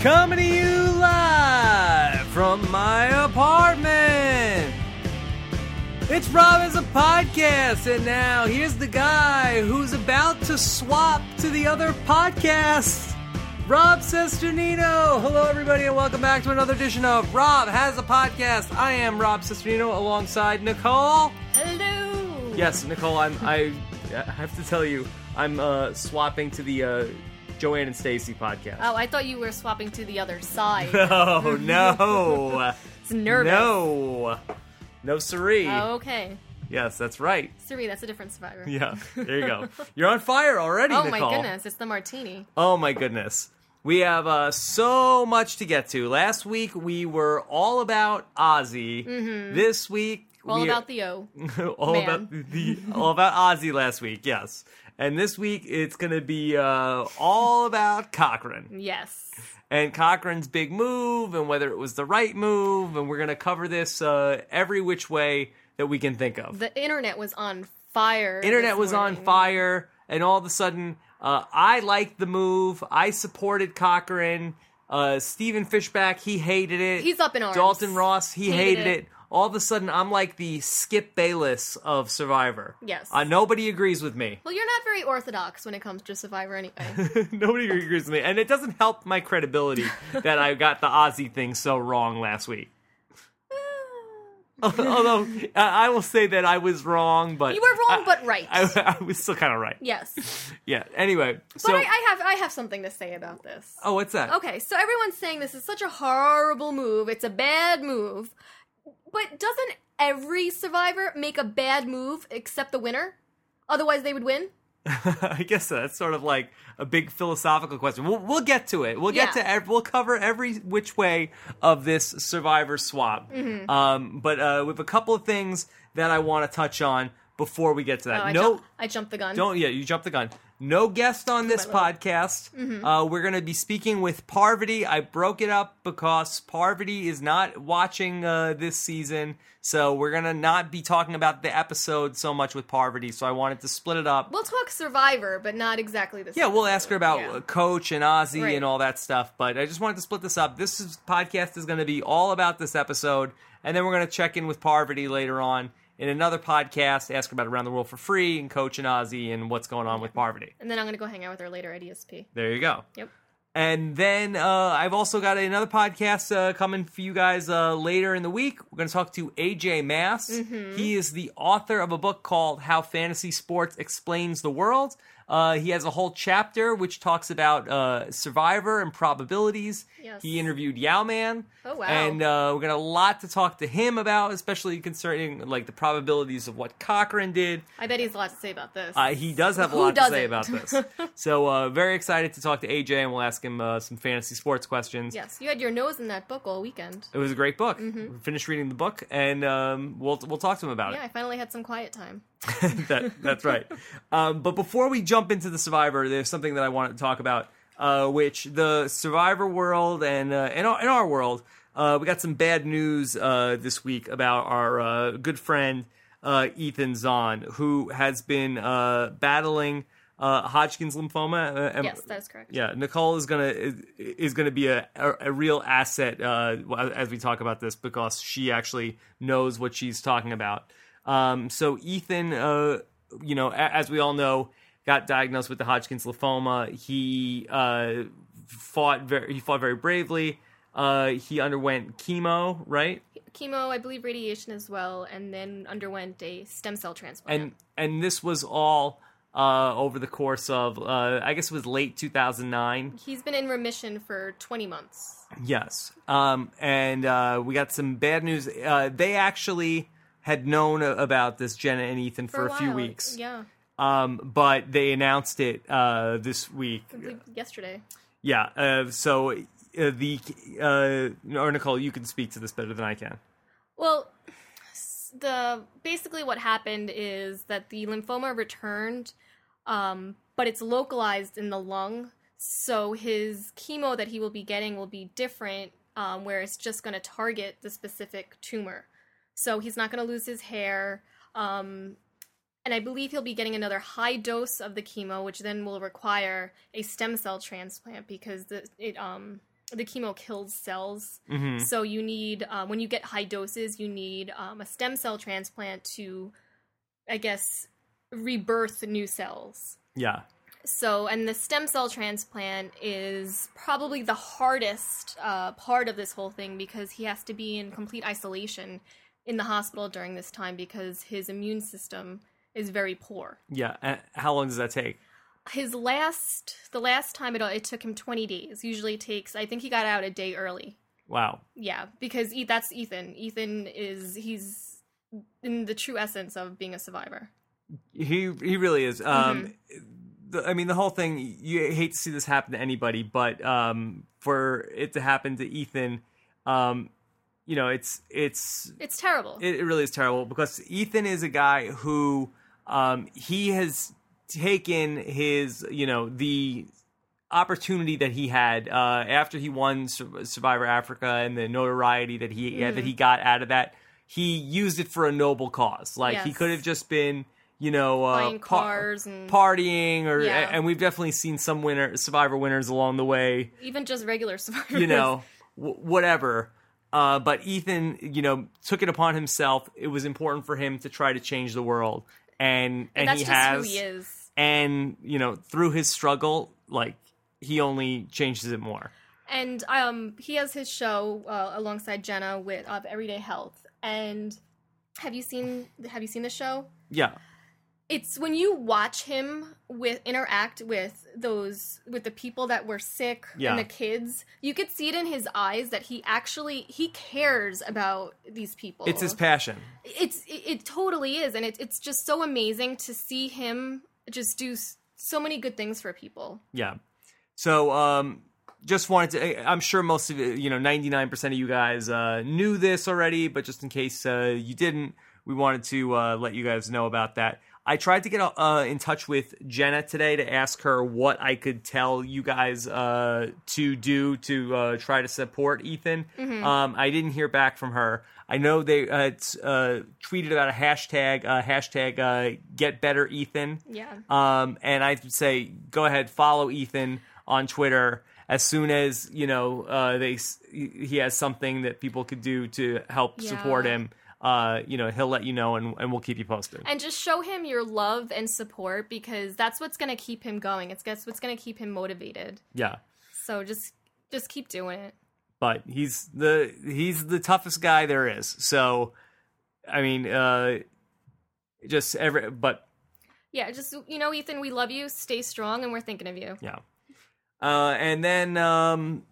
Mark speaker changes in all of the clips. Speaker 1: Coming to you live from my apartment. It's Rob as a podcast, and now here's the guy who's about to swap to the other podcast. Rob Sesternino. Hello, everybody, and welcome back to another edition of Rob Has a Podcast. I am Rob Sesternino alongside Nicole.
Speaker 2: Hello.
Speaker 1: Yes, Nicole, I'm. I, I have to tell you, I'm uh, swapping to the uh, Joanne and Stacy podcast.
Speaker 2: Oh, I thought you were swapping to the other side.
Speaker 1: No, no,
Speaker 2: It's nervous.
Speaker 1: no, no, siree.
Speaker 2: Oh, okay.
Speaker 1: Yes, that's right.
Speaker 2: Siri, that's a different survivor.
Speaker 1: Yeah, there you go. You're on fire already,
Speaker 2: Oh my
Speaker 1: Nicole.
Speaker 2: goodness, it's the martini.
Speaker 1: Oh my goodness. We have uh, so much to get to. Last week we were all about Ozzy. This week
Speaker 2: Mm-hmm. All
Speaker 1: we
Speaker 2: about the O.
Speaker 1: all
Speaker 2: man.
Speaker 1: about the all about Ozzy last week. Yes, and this week it's gonna be uh, all about Cochrane.
Speaker 2: Yes.
Speaker 1: and Cochran's big move and whether it was the right move. And we're going to cover this uh, every which way that we can think of.
Speaker 2: The internet was on fire.
Speaker 1: Internet
Speaker 2: this
Speaker 1: was on
Speaker 2: morning.
Speaker 1: fire, and all of a sudden, uh, I liked the move. I supported Cochran. Uh, Steven Fishback, he hated it.
Speaker 2: He's up in arms.
Speaker 1: Dalton Ross, he hated,
Speaker 2: Hated
Speaker 1: it.
Speaker 2: it.
Speaker 1: All of a sudden, I'm like the Skip Bayless of Survivor.
Speaker 2: Yes.
Speaker 1: Uh, nobody agrees with me.
Speaker 2: Well, you're not very orthodox when it comes to Survivor anyway.
Speaker 1: Nobody agrees with me, and it doesn't help my credibility that I got the Aussie thing so wrong last week. Although uh, I will say that I was wrong, but
Speaker 2: you were
Speaker 1: I-
Speaker 2: wrong, but right.
Speaker 1: I, I was still kind of right.
Speaker 2: yes.
Speaker 1: Yeah. Anyway,
Speaker 2: But
Speaker 1: so
Speaker 2: I, I have I have something to say about this.
Speaker 1: oh, what's that?
Speaker 2: Okay, so everyone's saying this is such a horrible move. It's a bad move. But doesn't every survivor make a bad move except the winner? Otherwise, they would win?
Speaker 1: I guess that's sort of like a big philosophical question. We'll, we'll get to it. We'll get
Speaker 2: Yeah.
Speaker 1: to ev- we'll cover every which way of this survivor swap.
Speaker 2: Mm-hmm.
Speaker 1: Um, but uh, we have a couple of things that I want to touch on before we get to that.
Speaker 2: Oh, I,
Speaker 1: Uh, no,
Speaker 2: jump- I jumped the gun.
Speaker 1: Don't yeah, you jumped the gun. No guest on this
Speaker 2: my lord.
Speaker 1: podcast.
Speaker 2: Mm-hmm.
Speaker 1: Uh, we're going to be speaking with Parvati. I broke it up because Parvati is not watching uh, this season, so we're going to not be talking about the episode so much with Parvati. So I wanted to split it up.
Speaker 2: We'll talk survivor, but not exactly this.
Speaker 1: yeah, we'll ask her about
Speaker 2: Yeah.
Speaker 1: uh Coach and Ozzy
Speaker 2: Right.
Speaker 1: and all that stuff. But I just wanted to split this up. This is, podcast is going to be all about this episode, and then we're going to check in with Parvati later on. In another podcast, ask her about Around the World for Free and Coach and Ozzy and what's going on with Parvati.
Speaker 2: And then I'm going to go hang out with her later at ESP.
Speaker 1: There you go.
Speaker 2: Yep.
Speaker 1: And then uh, I've also got another podcast uh, coming for you guys uh, later in the week. We're going to talk to AJ Mass.
Speaker 2: Mm-hmm.
Speaker 1: He is the author of a book called How Fantasy Sports Explains the World. Uh, he has a whole chapter which talks about uh, Survivor and probabilities.
Speaker 2: Yes.
Speaker 1: He interviewed Yao Man.
Speaker 2: Oh, wow.
Speaker 1: And uh, we're got a lot to talk to him about, especially concerning like the probabilities of what Cochran did.
Speaker 2: I bet he has a lot to say about this.
Speaker 1: Uh, he does have a
Speaker 2: Who
Speaker 1: lot to say about
Speaker 2: doesn't?
Speaker 1: this. so uh, very excited to talk to AJ, and we'll ask him uh, some fantasy sports questions.
Speaker 2: yes, you had your nose in that book all weekend.
Speaker 1: It was a great book.
Speaker 2: Mm-hmm.
Speaker 1: We Finished reading the book, and um, we'll we'll talk to him about
Speaker 2: Yeah, I finally had some quiet time.
Speaker 1: it. that, that's right. Um, but before we jump into the Survivor, there's something that I wanted to talk about, uh, which the Survivor world and uh, in, our, in our world, uh, we got some bad news uh, this week about our uh, good friend uh, Ethan Zahn, who has been uh, battling. Uh, Hodgkin's lymphoma. Uh, and-
Speaker 2: Yes, that is correct.
Speaker 1: yeah, Nicole is gonna is, is gonna be a a, a real asset uh, as we talk about this because she actually knows what she's talking about. Um, so Ethan, uh, you know, a- as we all know, got diagnosed with the Hodgkin's lymphoma. He uh, fought very he fought very bravely. Uh, he underwent chemo, right?
Speaker 2: Chemo, I believe radiation as well, and then underwent a stem cell transplant.
Speaker 1: and and this was all uh, over the course of uh, I guess it was late two thousand nine.
Speaker 2: He's been in remission for 20 months.
Speaker 1: Yes. Um, and uh, we got some bad news. Uh, they actually had known a- about this Jenna and Ethan for, a, few
Speaker 2: while.
Speaker 1: weeks.
Speaker 2: Yeah.
Speaker 1: Um, but they announced it uh, this week.
Speaker 2: I believe Yesterday.
Speaker 1: Yeah. Uh, so uh, the uh, or Nicole, you can speak to this better than I can.
Speaker 2: Well, s- the basically what happened is that the lymphoma returned, um, but it's localized in the lung. So his chemo that he will be getting will be different, um, where it's just going to target the specific tumor. So he's not going to lose his hair. Um, and I believe he'll be getting another high dose of the chemo, which then will require a stem cell transplant because the, it um, the chemo kills cells.
Speaker 1: hmm
Speaker 2: So you need uh, when you get high doses, you need um, a stem cell transplant to, I guess, rebirth new cells.
Speaker 1: Yeah.
Speaker 2: So, and the stem cell transplant is probably the hardest uh, part of this whole thing because he has to be in complete isolation in the hospital during this time because his immune system is very poor.
Speaker 1: Yeah. Uh, how long does that take?
Speaker 2: His last, the last time it, it took him 20 days. Usually it takes, I think he got out a day early.
Speaker 1: Wow.
Speaker 2: Yeah, because e- that's Ethan. Ethan is, he's in the true essence of being a survivor.
Speaker 1: He he really is. Um, the, I mean, the whole thing. You hate to see this happen to anybody, but um, for it to happen to Ethan, um, you know, it's it's
Speaker 2: It's terrible.
Speaker 1: it, it really is terrible because Ethan is a guy who um, he has taken his you know the opportunity that he had uh, after he won Sur- Survivor Africa and the notoriety that he yeah,
Speaker 2: Mm-hmm.
Speaker 1: that he got out of that. He used it for a noble cause. Like he
Speaker 2: Yes.
Speaker 1: could have just been you know uh,
Speaker 2: Buying
Speaker 1: par-
Speaker 2: cars and
Speaker 1: partying or
Speaker 2: Yeah.
Speaker 1: and we've definitely seen some winner survivor winners along the way
Speaker 2: even just regular survivors.
Speaker 1: you know, w- whatever. Uh, but Ethan, you know, took it upon himself. It was important for him to try to change the world, and and,
Speaker 2: that's
Speaker 1: he
Speaker 2: just
Speaker 1: has.
Speaker 2: who he is.
Speaker 1: And you know, through his struggle, like he only changes it more.
Speaker 2: And um, he has his show uh, alongside Jenna with uh, Everyday Health. And have you seen have you seen the show?
Speaker 1: Yeah,
Speaker 2: It's when you watch him with interact with those with the people that were sick
Speaker 1: Yeah.
Speaker 2: and the kids. You could see it in his eyes that he actually he cares about these people.
Speaker 1: it's his passion.
Speaker 2: it's it, it totally is, and it, it's just so amazing to see him just do s- so many good things for people.
Speaker 1: Yeah. So, um, just wanted to. I- I'm sure most of you, you know, 99% of you guys uh, knew this already, but just in case uh, you didn't, we wanted to uh, let you guys know about that. I tried to get uh, in touch with Jenna today to ask her what I could tell you guys uh, to do to uh, try to support Ethan. Um, I didn't hear back from her. I know they uh, it's, uh, tweeted about a hashtag, uh, hashtag uh, get better Ethan.
Speaker 2: Yeah.
Speaker 1: Um, and I would say go ahead, follow Ethan on Twitter as soon as you know uh, they s- he he has something that people could do to help
Speaker 2: Yeah.
Speaker 1: support him. Uh, you know, he'll let you know, and, and we'll keep you posted.
Speaker 2: and just show him your love and support because that's what's going to keep him going it's that's what's going to keep him motivated
Speaker 1: yeah,
Speaker 2: so just just keep doing it
Speaker 1: but he's the he's the toughest guy there is. So, I mean, uh, just every but
Speaker 2: yeah just you know ethan we love you stay strong and we're thinking of you
Speaker 1: yeah. Uh, and then um,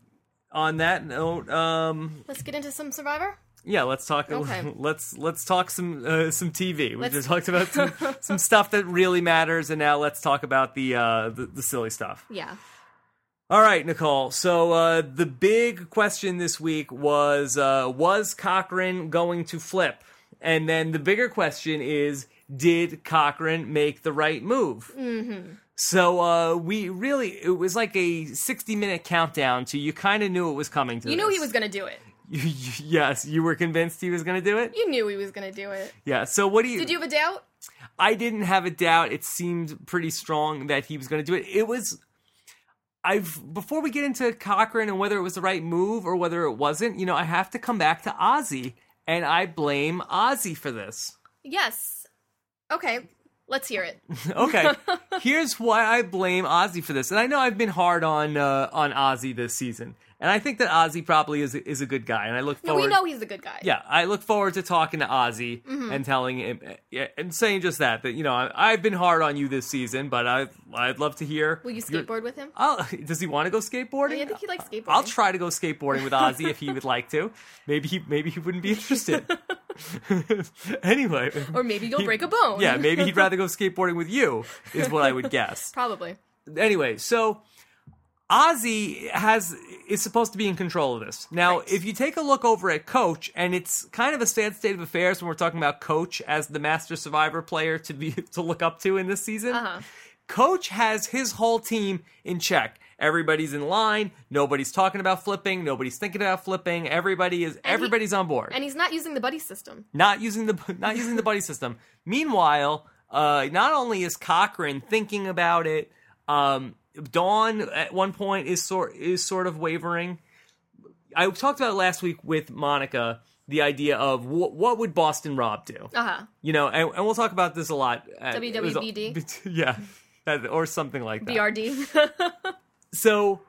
Speaker 1: on that note, um,
Speaker 2: let's get into some survivor
Speaker 1: Yeah, let's talk.
Speaker 2: Okay.
Speaker 1: Let's let's talk some uh, some TV. We
Speaker 2: Let's-
Speaker 1: just talked about some, some stuff that really matters, and now let's talk about the uh, the, the silly stuff.
Speaker 2: yeah
Speaker 1: All right, Nicole. So uh, the big question this week was uh, was Cochran going to flip? And then the bigger question is did Cochran make the right move?
Speaker 2: Mm-hmm.
Speaker 1: So uh, we really it was like a sixty minute countdown. To you kind of knew it was coming. To
Speaker 2: you knew he
Speaker 1: this.
Speaker 2: was going to do it
Speaker 1: yes, you were convinced he was going to do it.
Speaker 2: you knew he was going to do it
Speaker 1: Yeah. So what do you,
Speaker 2: did you have a doubt
Speaker 1: I didn't have a doubt. It seemed pretty strong that he was going to do it. It was. I've before we get into Cochran and whether it was the right move or whether it wasn't. You know, I have to come back to Ozzy, and I blame Ozzy for this.
Speaker 2: yes okay let's hear it
Speaker 1: Okay, here's why I blame Ozzy for this, and I know I've been hard on uh, on Ozzy this season, and I think that Ozzy probably is is a good guy, and I look
Speaker 2: no
Speaker 1: forward.
Speaker 2: we know he's a good guy
Speaker 1: yeah, I look forward to talking to Ozzy
Speaker 2: Mm-hmm.
Speaker 1: and telling him yeah, and saying just that that you know I, I've been hard on you this season, but I I'd love to hear.
Speaker 2: will you
Speaker 1: your-
Speaker 2: skateboard with him
Speaker 1: I'll, does he want to go skateboarding?
Speaker 2: Yeah, I think he likes skateboarding.
Speaker 1: I'll try to go skateboarding with Ozzy if he would like to. Maybe he maybe he wouldn't be interested. anyway,
Speaker 2: or maybe you'll break a bone
Speaker 1: yeah, maybe he'd rather go skateboarding with you. Is what I would guess
Speaker 2: probably
Speaker 1: anyway, so Ozzy has is supposed to be in control of this. Now,
Speaker 2: Right.
Speaker 1: if you take a look over at Coach, and it's kind of a sad state of affairs when we're talking about Coach as the master survivor player to be to look up to in this season.
Speaker 2: Uh-huh.
Speaker 1: Coach has his whole team in check. Everybody's in line. Nobody's talking about flipping. Nobody's thinking about flipping. Everybody is everybody's on board
Speaker 2: and he's not using the buddy system
Speaker 1: not using the not using the buddy system. Meanwhile, uh, not only is Cochrane thinking about it, um, Dawn at one point is sort is sort of wavering. I talked about it last week with Monica the idea of wh- what would Boston Rob do?
Speaker 2: Uh huh.
Speaker 1: You know, and, and we'll talk about this a lot. at- it was a-
Speaker 2: WWBD?
Speaker 1: yeah, that- or something like that.
Speaker 2: BRD.
Speaker 1: So,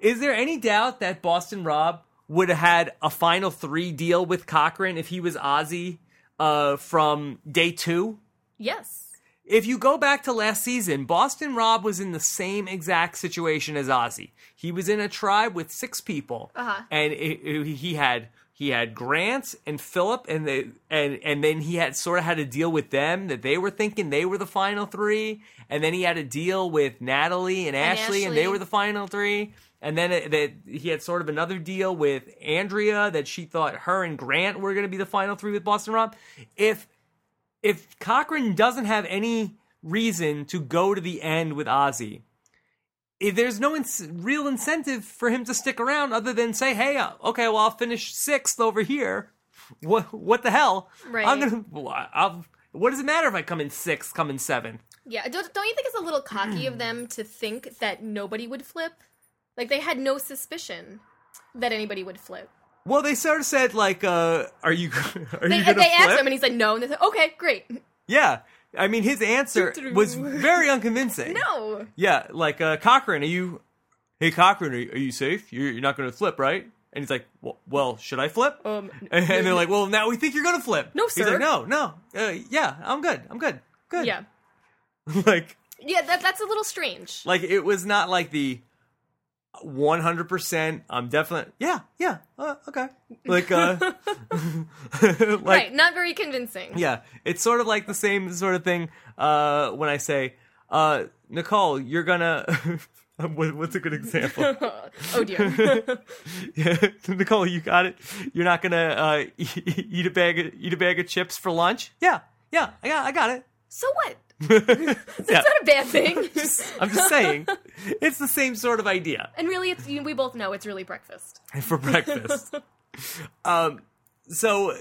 Speaker 1: is there any doubt that Boston Rob would have had a final three deal with Cochran if he was Ozzy uh, from day two?
Speaker 2: yes.
Speaker 1: If you go back to last season, Boston Rob was in the same exact situation as Ozzy. He was in a tribe with six people,
Speaker 2: Uh-huh.
Speaker 1: and it, it- he had he had Grant and Philip, and they and and then he had sort of had to deal with them that they were thinking they were the final three, and then he had to deal with Natalie and, Ashley, and they
Speaker 2: Ashley.
Speaker 1: were the final three. And then it, that he had sort of another deal with Andrea that she thought her and Grant were going to be the final three with Boston Rob. If if Cochran doesn't have any reason to go to the end with Ozzy, eh, there's no ins- real incentive for him to stick around other than say, "Hey, uh, okay, well, I'll finish sixth over here. What what the hell? I'm
Speaker 2: Right.
Speaker 1: gonna. well, I'll, what does it matter if I come in sixth, come in seventh?
Speaker 2: Yeah. Don't, don't you think it's a little cocky of them to think that nobody would flip? Like they had no suspicion that anybody would flip.
Speaker 1: Well, they sort of said like, uh, "Are you are
Speaker 2: They,
Speaker 1: you
Speaker 2: they
Speaker 1: gonna flip?
Speaker 2: asked him and he said no, and they said, "Okay, great."
Speaker 1: yeah, I mean, his answer was very unconvincing.
Speaker 2: No.
Speaker 1: Yeah, like uh, Cochran, are you? Hey, Cochran, are you, are you safe? You're, you're not going to flip, right? And he's like, well, well should I flip?
Speaker 2: Um,
Speaker 1: and they're like, well, now we think you're going to flip.
Speaker 2: No,
Speaker 1: He's
Speaker 2: sir.
Speaker 1: like, no, no, uh, yeah, I'm good, I'm good, good.
Speaker 2: Yeah.
Speaker 1: like,
Speaker 2: Yeah. That that's a little strange.
Speaker 1: like it was not like the 100. percent I'm definitely, yeah, yeah, uh, okay. Like, uh, like
Speaker 2: right. Not very convincing.
Speaker 1: yeah, it's sort of like the same sort of thing uh, when I say, uh, Nicole, you're gonna. what, what's a good example?
Speaker 2: oh dear.
Speaker 1: Yeah, Nicole, you got it. You're not gonna uh, eat a bag of, eat a bag of chips for lunch. Yeah, yeah, I got, I got it.
Speaker 2: so what?
Speaker 1: Yeah.
Speaker 2: It's not a bad thing.
Speaker 1: I'm just saying, it's the same sort of idea
Speaker 2: and really, it's you- we both know it's really breakfast.
Speaker 1: for breakfast. um, so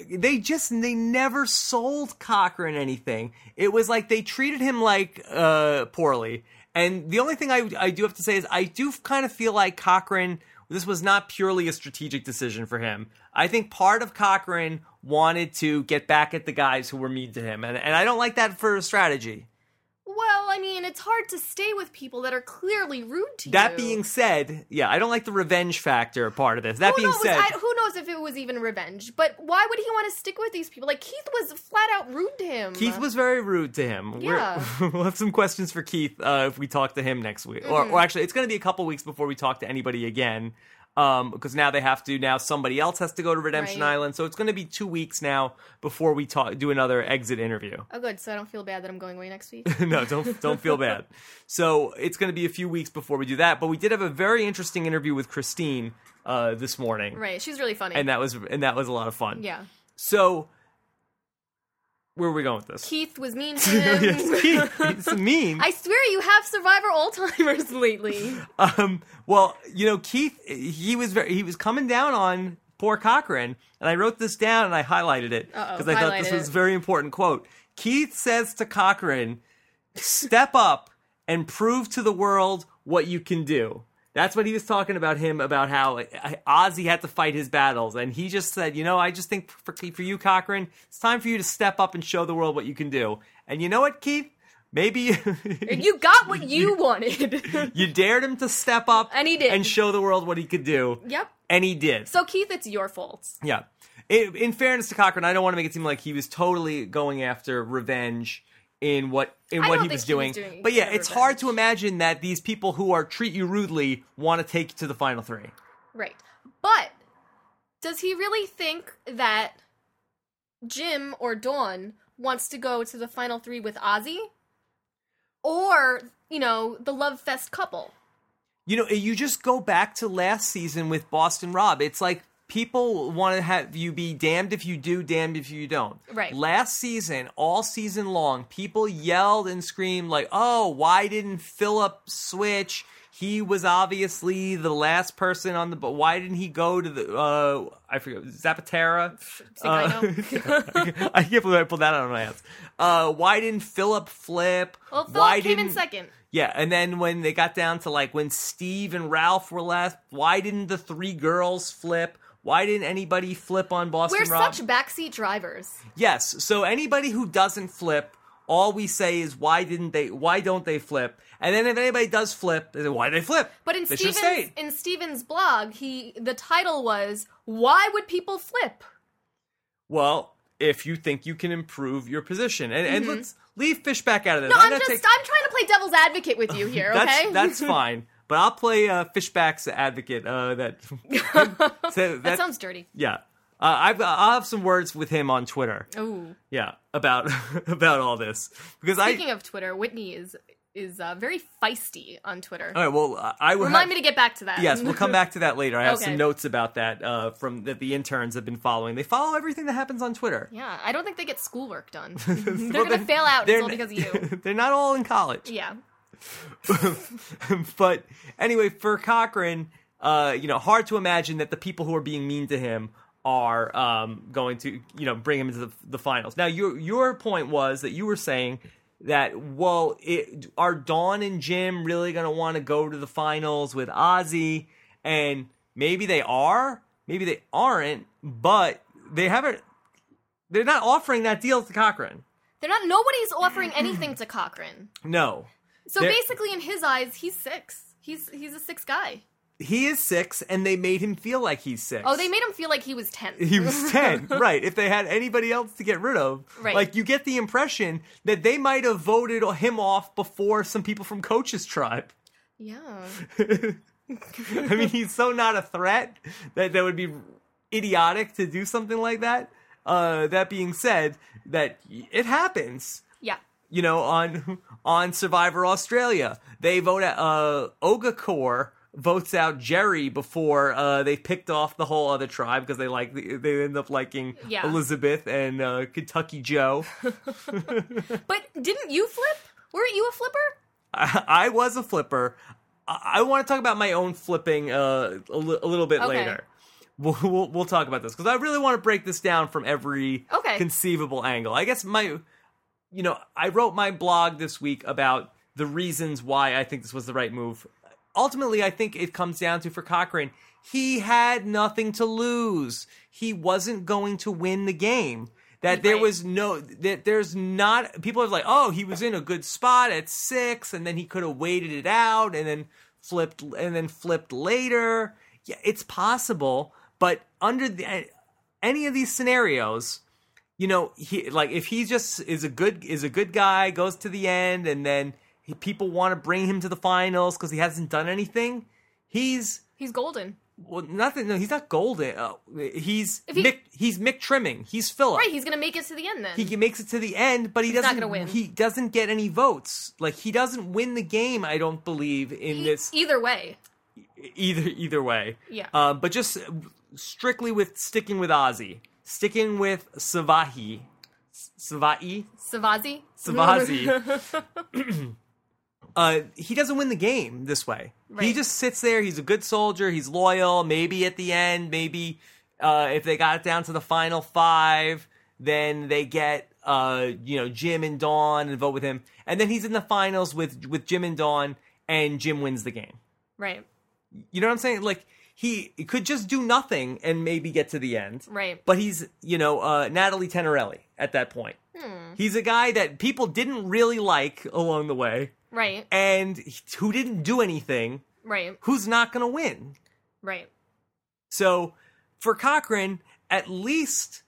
Speaker 1: g- they just they never sold Cochran anything. It was like they treated him like uh, poorly. And the only thing I I do have to say is I do kind of feel like Cochran. This was not purely a strategic decision for him. I think part of Cochran wanted to get back at the guys who were mean to him, and, and I don't like that for a strategy.
Speaker 2: Well, I mean, it's hard to stay with people that are clearly rude to
Speaker 1: That
Speaker 2: you.
Speaker 1: being said, yeah, I don't like the revenge factor part of this. That
Speaker 2: who
Speaker 1: being
Speaker 2: knows,
Speaker 1: said,
Speaker 2: I- who knows if it was even revenge? But why would he want to stick with these people? Like Keith was flat out rude to him.
Speaker 1: Keith was very rude to him. We're-
Speaker 2: Yeah.
Speaker 1: we'll have some questions for Keith uh, if we talk to him next week. Or,
Speaker 2: Mm-hmm.
Speaker 1: or actually, it's going to be a couple weeks before we talk to anybody again. Um, because now they have to. Now somebody else has to go to Redemption
Speaker 2: Right.
Speaker 1: Island. So it's going to be two weeks now before we talk. Do another exit interview.
Speaker 2: Oh, good. So I don't feel bad that I'm going away next week.
Speaker 1: no, don't don't feel bad. So it's going to be a few weeks before we do that. But we did have a very interesting interview with Christine uh, this morning,
Speaker 2: right? She's really funny.
Speaker 1: and that was and that was a lot of fun.
Speaker 2: yeah.
Speaker 1: So where are we going with this?
Speaker 2: Keith was mean to him.
Speaker 1: Yes, Keith, it's mean.
Speaker 2: I swear you have Survivor all timers lately.
Speaker 1: Um, well, you know, Keith, he was very, he was coming down on poor Cochran, and I wrote this down and I highlighted it
Speaker 2: Uh-oh,
Speaker 1: because I thought
Speaker 2: highlight
Speaker 1: this
Speaker 2: it.
Speaker 1: was a very important quote. Keith says to Cochran, "Step up and prove to the world what you can do." That's what he was talking about him about how Ozzy had to fight his battles, and he just said, "You know, I just think for, for you, Cochran, it's time for you to step up and show the world what you can do." And you know what, Keith? Maybe
Speaker 2: you got what you wanted.
Speaker 1: you dared him to step up
Speaker 2: And he did.
Speaker 1: and show the world what he could do.
Speaker 2: yep.
Speaker 1: And he did.
Speaker 2: So Keith, it's your fault.
Speaker 1: yeah. I- in fairness to Cochran, I don't want to make it seem like he was totally going after revenge in what in
Speaker 2: I
Speaker 1: what
Speaker 2: don't
Speaker 1: he
Speaker 2: think
Speaker 1: was,
Speaker 2: he
Speaker 1: doing.
Speaker 2: was doing
Speaker 1: But yeah,
Speaker 2: revenge.
Speaker 1: it's hard to imagine that these people who are treat you rudely want to take you to the final three.
Speaker 2: Right. But does he really think that Jim or Dawn wants to go to the final three with Ozzy? Or, you know, the Love Fest couple?
Speaker 1: You know, you just go back to last season with Boston Rob. It's like people want to have you be damned if you do, damned if you don't.
Speaker 2: Right.
Speaker 1: Last season, all season long, people yelled and screamed like, "Oh, why didn't Philip switch? He was obviously the last person on the but why didn't he go to the uh I forget Zapatera?
Speaker 2: Think I know.
Speaker 1: I can't believe I pulled that out of my ass. Uh, why Uh, didn't Philip flip?
Speaker 2: Well, Philip
Speaker 1: why
Speaker 2: came in
Speaker 1: didn't-
Speaker 2: second.
Speaker 1: Yeah, and then when they got down to like when Steve and Ralph were left, why didn't the three girls flip? Why didn't anybody flip on Boston
Speaker 2: We're
Speaker 1: Rob?
Speaker 2: such backseat drivers.
Speaker 1: yes, so anybody who doesn't flip, all we say is why didn't they? Why don't they flip? And then if anybody does flip, they say, why they flip?
Speaker 2: But in
Speaker 1: they should have
Speaker 2: Stevens
Speaker 1: stayed.
Speaker 2: in Stevens' blog, he the title was "Why would people flip?"
Speaker 1: well, if you think you can improve your position, and, and let's leave Fishback out of this.
Speaker 2: Mm-hmm. No, I'm
Speaker 1: not
Speaker 2: just
Speaker 1: take-
Speaker 2: I'm trying to play devil's advocate with you here.
Speaker 1: That's
Speaker 2: okay,
Speaker 1: that's fine. But I'll play uh, Fishback's advocate. Uh, that so
Speaker 2: that sounds dirty.
Speaker 1: yeah. Uh, I've, I'll have some words with him on Twitter.
Speaker 2: Oh,
Speaker 1: Yeah, about about all this because
Speaker 2: speaking
Speaker 1: I.
Speaker 2: of Twitter, Whitney is is uh, very feisty on Twitter.
Speaker 1: All right. Well, I- I would
Speaker 2: Remind
Speaker 1: have-
Speaker 2: me to get back to that.
Speaker 1: Yes, we'll come back to that later. I have
Speaker 2: Okay.
Speaker 1: some notes about that uh, from that the interns have been following. They follow everything that happens on Twitter.
Speaker 2: yeah, I don't think they get schoolwork done. they're
Speaker 1: Well,
Speaker 2: gonna fail out. It's
Speaker 1: they're
Speaker 2: all because of you.
Speaker 1: they're not all in college.
Speaker 2: Yeah.
Speaker 1: but anyway, for Cochran, uh, you know, hard to imagine that the people who are being mean to him are um, going to, you know, bring him into the, the finals. Now, your your point was that you were saying that well, it, are Dawn and Jim really going to want to go to the finals with Ozzy? And maybe they are, maybe they aren't, but they haven't. They're not offering that deal to Cochran.
Speaker 2: They're not. Nobody's offering anything to Cochran.
Speaker 1: No,
Speaker 2: So
Speaker 1: They're-
Speaker 2: basically, in his eyes, he's six. He's he's a six guy.
Speaker 1: he is six, and they made him feel like he's six.
Speaker 2: Oh, they made him feel like he was ten.
Speaker 1: he was 10 right if they had anybody else to get rid of
Speaker 2: Right.
Speaker 1: like you get the impression that they might have voted him off before some people from coach's tribe
Speaker 2: yeah.
Speaker 1: i mean he's so not a threat that that would be idiotic to do something like that uh that being said that it happens
Speaker 2: Yeah.
Speaker 1: you know, on on Survivor Australia. They vote out uh Ogakor votes out Jerry before uh they picked off the whole other tribe because they like they end up liking
Speaker 2: Yeah.
Speaker 1: Elizabeth and uh Kentucky Joe.
Speaker 2: But didn't you flip? Weren't you a flipper?
Speaker 1: I, I was a flipper. I, I want to talk about my own flipping uh a li- a little bit
Speaker 2: Okay.
Speaker 1: later. We'll, we'll we'll talk about this because I really want to break this down from every
Speaker 2: Okay.
Speaker 1: conceivable angle. I guess my you know, I wrote my blog this week about the reasons why I think this was the right move. Ultimately, I think it comes down to for Cochran, he had nothing to lose. He wasn't going to win the game. That there
Speaker 2: Right.
Speaker 1: was no that there's not people are like, "Oh, he was in a good spot at 6 and then he could have waited it out and then flipped and then flipped later." Yeah, it's possible, but under the, any of these scenarios, you know he like if he just is a good is a good guy goes to the end and then he, people want to bring him to the finals because he hasn't done anything he's
Speaker 2: He's golden.
Speaker 1: well nothing no he's not golden uh, he's
Speaker 2: If he-
Speaker 1: mick he's mick trimming he's philip
Speaker 2: Right. He's gonna make it to the end then.
Speaker 1: he makes it to the end but he
Speaker 2: not
Speaker 1: doesn't
Speaker 2: gonna win.
Speaker 1: he doesn't get any votes like he doesn't win the game i don't believe in
Speaker 2: E-
Speaker 1: this
Speaker 2: either way.
Speaker 1: either either way.
Speaker 2: Yeah.
Speaker 1: Uh, but just strictly with sticking with Ozzy, sticking with Savahi, Savahi,
Speaker 2: Savazi.
Speaker 1: Savazi. uh, he doesn't win the game this way. He
Speaker 2: Right.
Speaker 1: just sits there. He's a good soldier. He's loyal. Maybe at the end, maybe uh, if they got it down to the final five, then they get uh, you know Jim and Dawn and vote with him, and then he's in the finals with with Jim and Dawn, and Jim wins the game.
Speaker 2: right.
Speaker 1: You know what I'm saying? Like he could just do nothing and maybe get to the end.
Speaker 2: Right.
Speaker 1: But he's, you know, uh, Natalie Tenorelli at that point.
Speaker 2: Hmm.
Speaker 1: He's a guy that people didn't really like along the way
Speaker 2: Right.
Speaker 1: and who didn't do anything,
Speaker 2: Right.
Speaker 1: who's not going to win.
Speaker 2: Right.
Speaker 1: So for Cochran, at least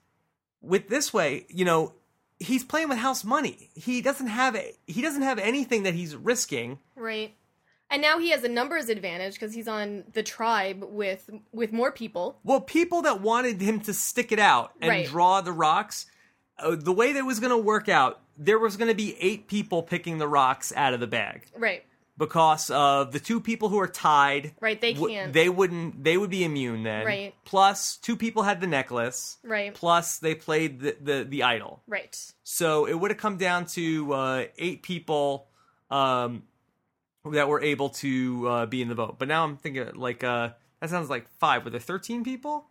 Speaker 1: with this way, you know, he's playing with house money. He doesn't have a, he doesn't have anything that he's risking.
Speaker 2: Right. And now he has a numbers advantage because he's on the tribe with with more people.
Speaker 1: Well, people that wanted him to stick it out and
Speaker 2: Right.
Speaker 1: draw the rocks, uh, the way that was going to work out, there was going to be eight people picking the rocks out of the bag
Speaker 2: Right.
Speaker 1: because of the two people who are tied.
Speaker 2: Right. They
Speaker 1: w-
Speaker 2: can't.
Speaker 1: they wouldn't. They would be immune then.
Speaker 2: Right.
Speaker 1: Plus, two people had the necklace.
Speaker 2: Right.
Speaker 1: Plus, they played the the, the idol.
Speaker 2: right.
Speaker 1: So it would have come down to uh, eight people um, that were able to uh, be in the vote. But now I'm thinking like uh, that sounds like five. Were there thirteen people?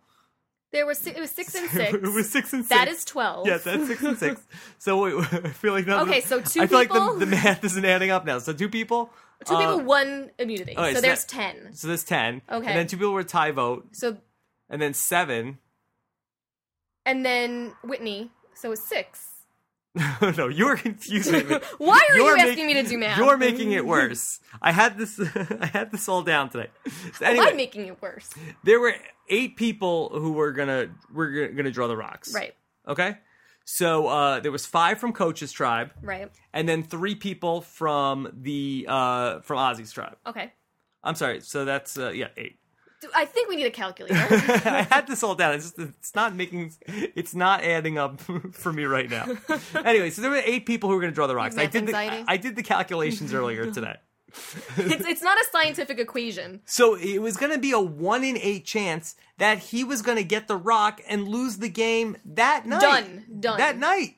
Speaker 2: There were six, it was six and six.
Speaker 1: it was six and six.
Speaker 2: That is twelve.
Speaker 1: Yes, that's six and six. So wait, I feel like that was-
Speaker 2: Okay, so two
Speaker 1: I feel
Speaker 2: people-
Speaker 1: like the, the math isn't adding up now. So two people.
Speaker 2: Two
Speaker 1: uh,
Speaker 2: people, one immunity.
Speaker 1: okay,
Speaker 2: so
Speaker 1: so
Speaker 2: there's
Speaker 1: that-
Speaker 2: ten.
Speaker 1: So there's ten.
Speaker 2: Okay.
Speaker 1: And then two people were tie vote,
Speaker 2: So
Speaker 1: and then seven.
Speaker 2: and then Whitney. So it's six.
Speaker 1: no, you're confusing me.
Speaker 2: Why are
Speaker 1: You're
Speaker 2: you asking
Speaker 1: mak-
Speaker 2: me to do math?
Speaker 1: You're making it worse. I had this. I had this all down today. So anyway,
Speaker 2: I'm making it worse.
Speaker 1: there were eight people who were gonna were gonna- gonna draw the rocks.
Speaker 2: Right.
Speaker 1: Okay. So uh, there was five from Coach's tribe,
Speaker 2: Right.
Speaker 1: and then three people from the uh, from Ozzy's tribe.
Speaker 2: Okay.
Speaker 1: I'm sorry. So that's uh, yeah eight.
Speaker 2: Do- I think we need a calculator.
Speaker 1: I had this all down. It's just it's not making it's not adding up for me right now. anyway, so there were eight people who were going to draw the rocks. I
Speaker 2: math
Speaker 1: did the I,
Speaker 2: anxiety?
Speaker 1: I did the calculations earlier today.
Speaker 2: it's it's not a scientific equation.
Speaker 1: So it was going to be a one in eight chance that he was going to get the rock and lose the game that night.
Speaker 2: Done. Done.
Speaker 1: That night.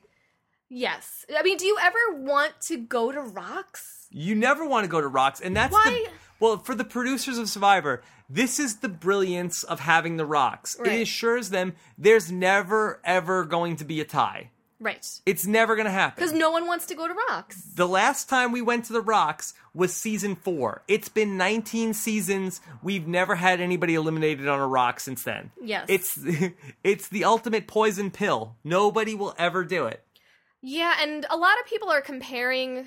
Speaker 2: Yes. I mean, do you ever want to go to rocks?
Speaker 1: You never want to go to rocks, and that's
Speaker 2: Why?
Speaker 1: The, well for the producers of Survivor. This is the brilliance of having the rocks.
Speaker 2: Right.
Speaker 1: It assures them there's never ever going to be a tie.
Speaker 2: Right.
Speaker 1: It's never going to happen.
Speaker 2: Because no one wants to go to rocks.
Speaker 1: The last time we went to the rocks was season four. It's been 19 seasons. We've never had anybody eliminated on a rock since then.
Speaker 2: Yes.
Speaker 1: It's it's the ultimate poison pill. Nobody will ever do it.
Speaker 2: Yeah, and a lot of people are comparing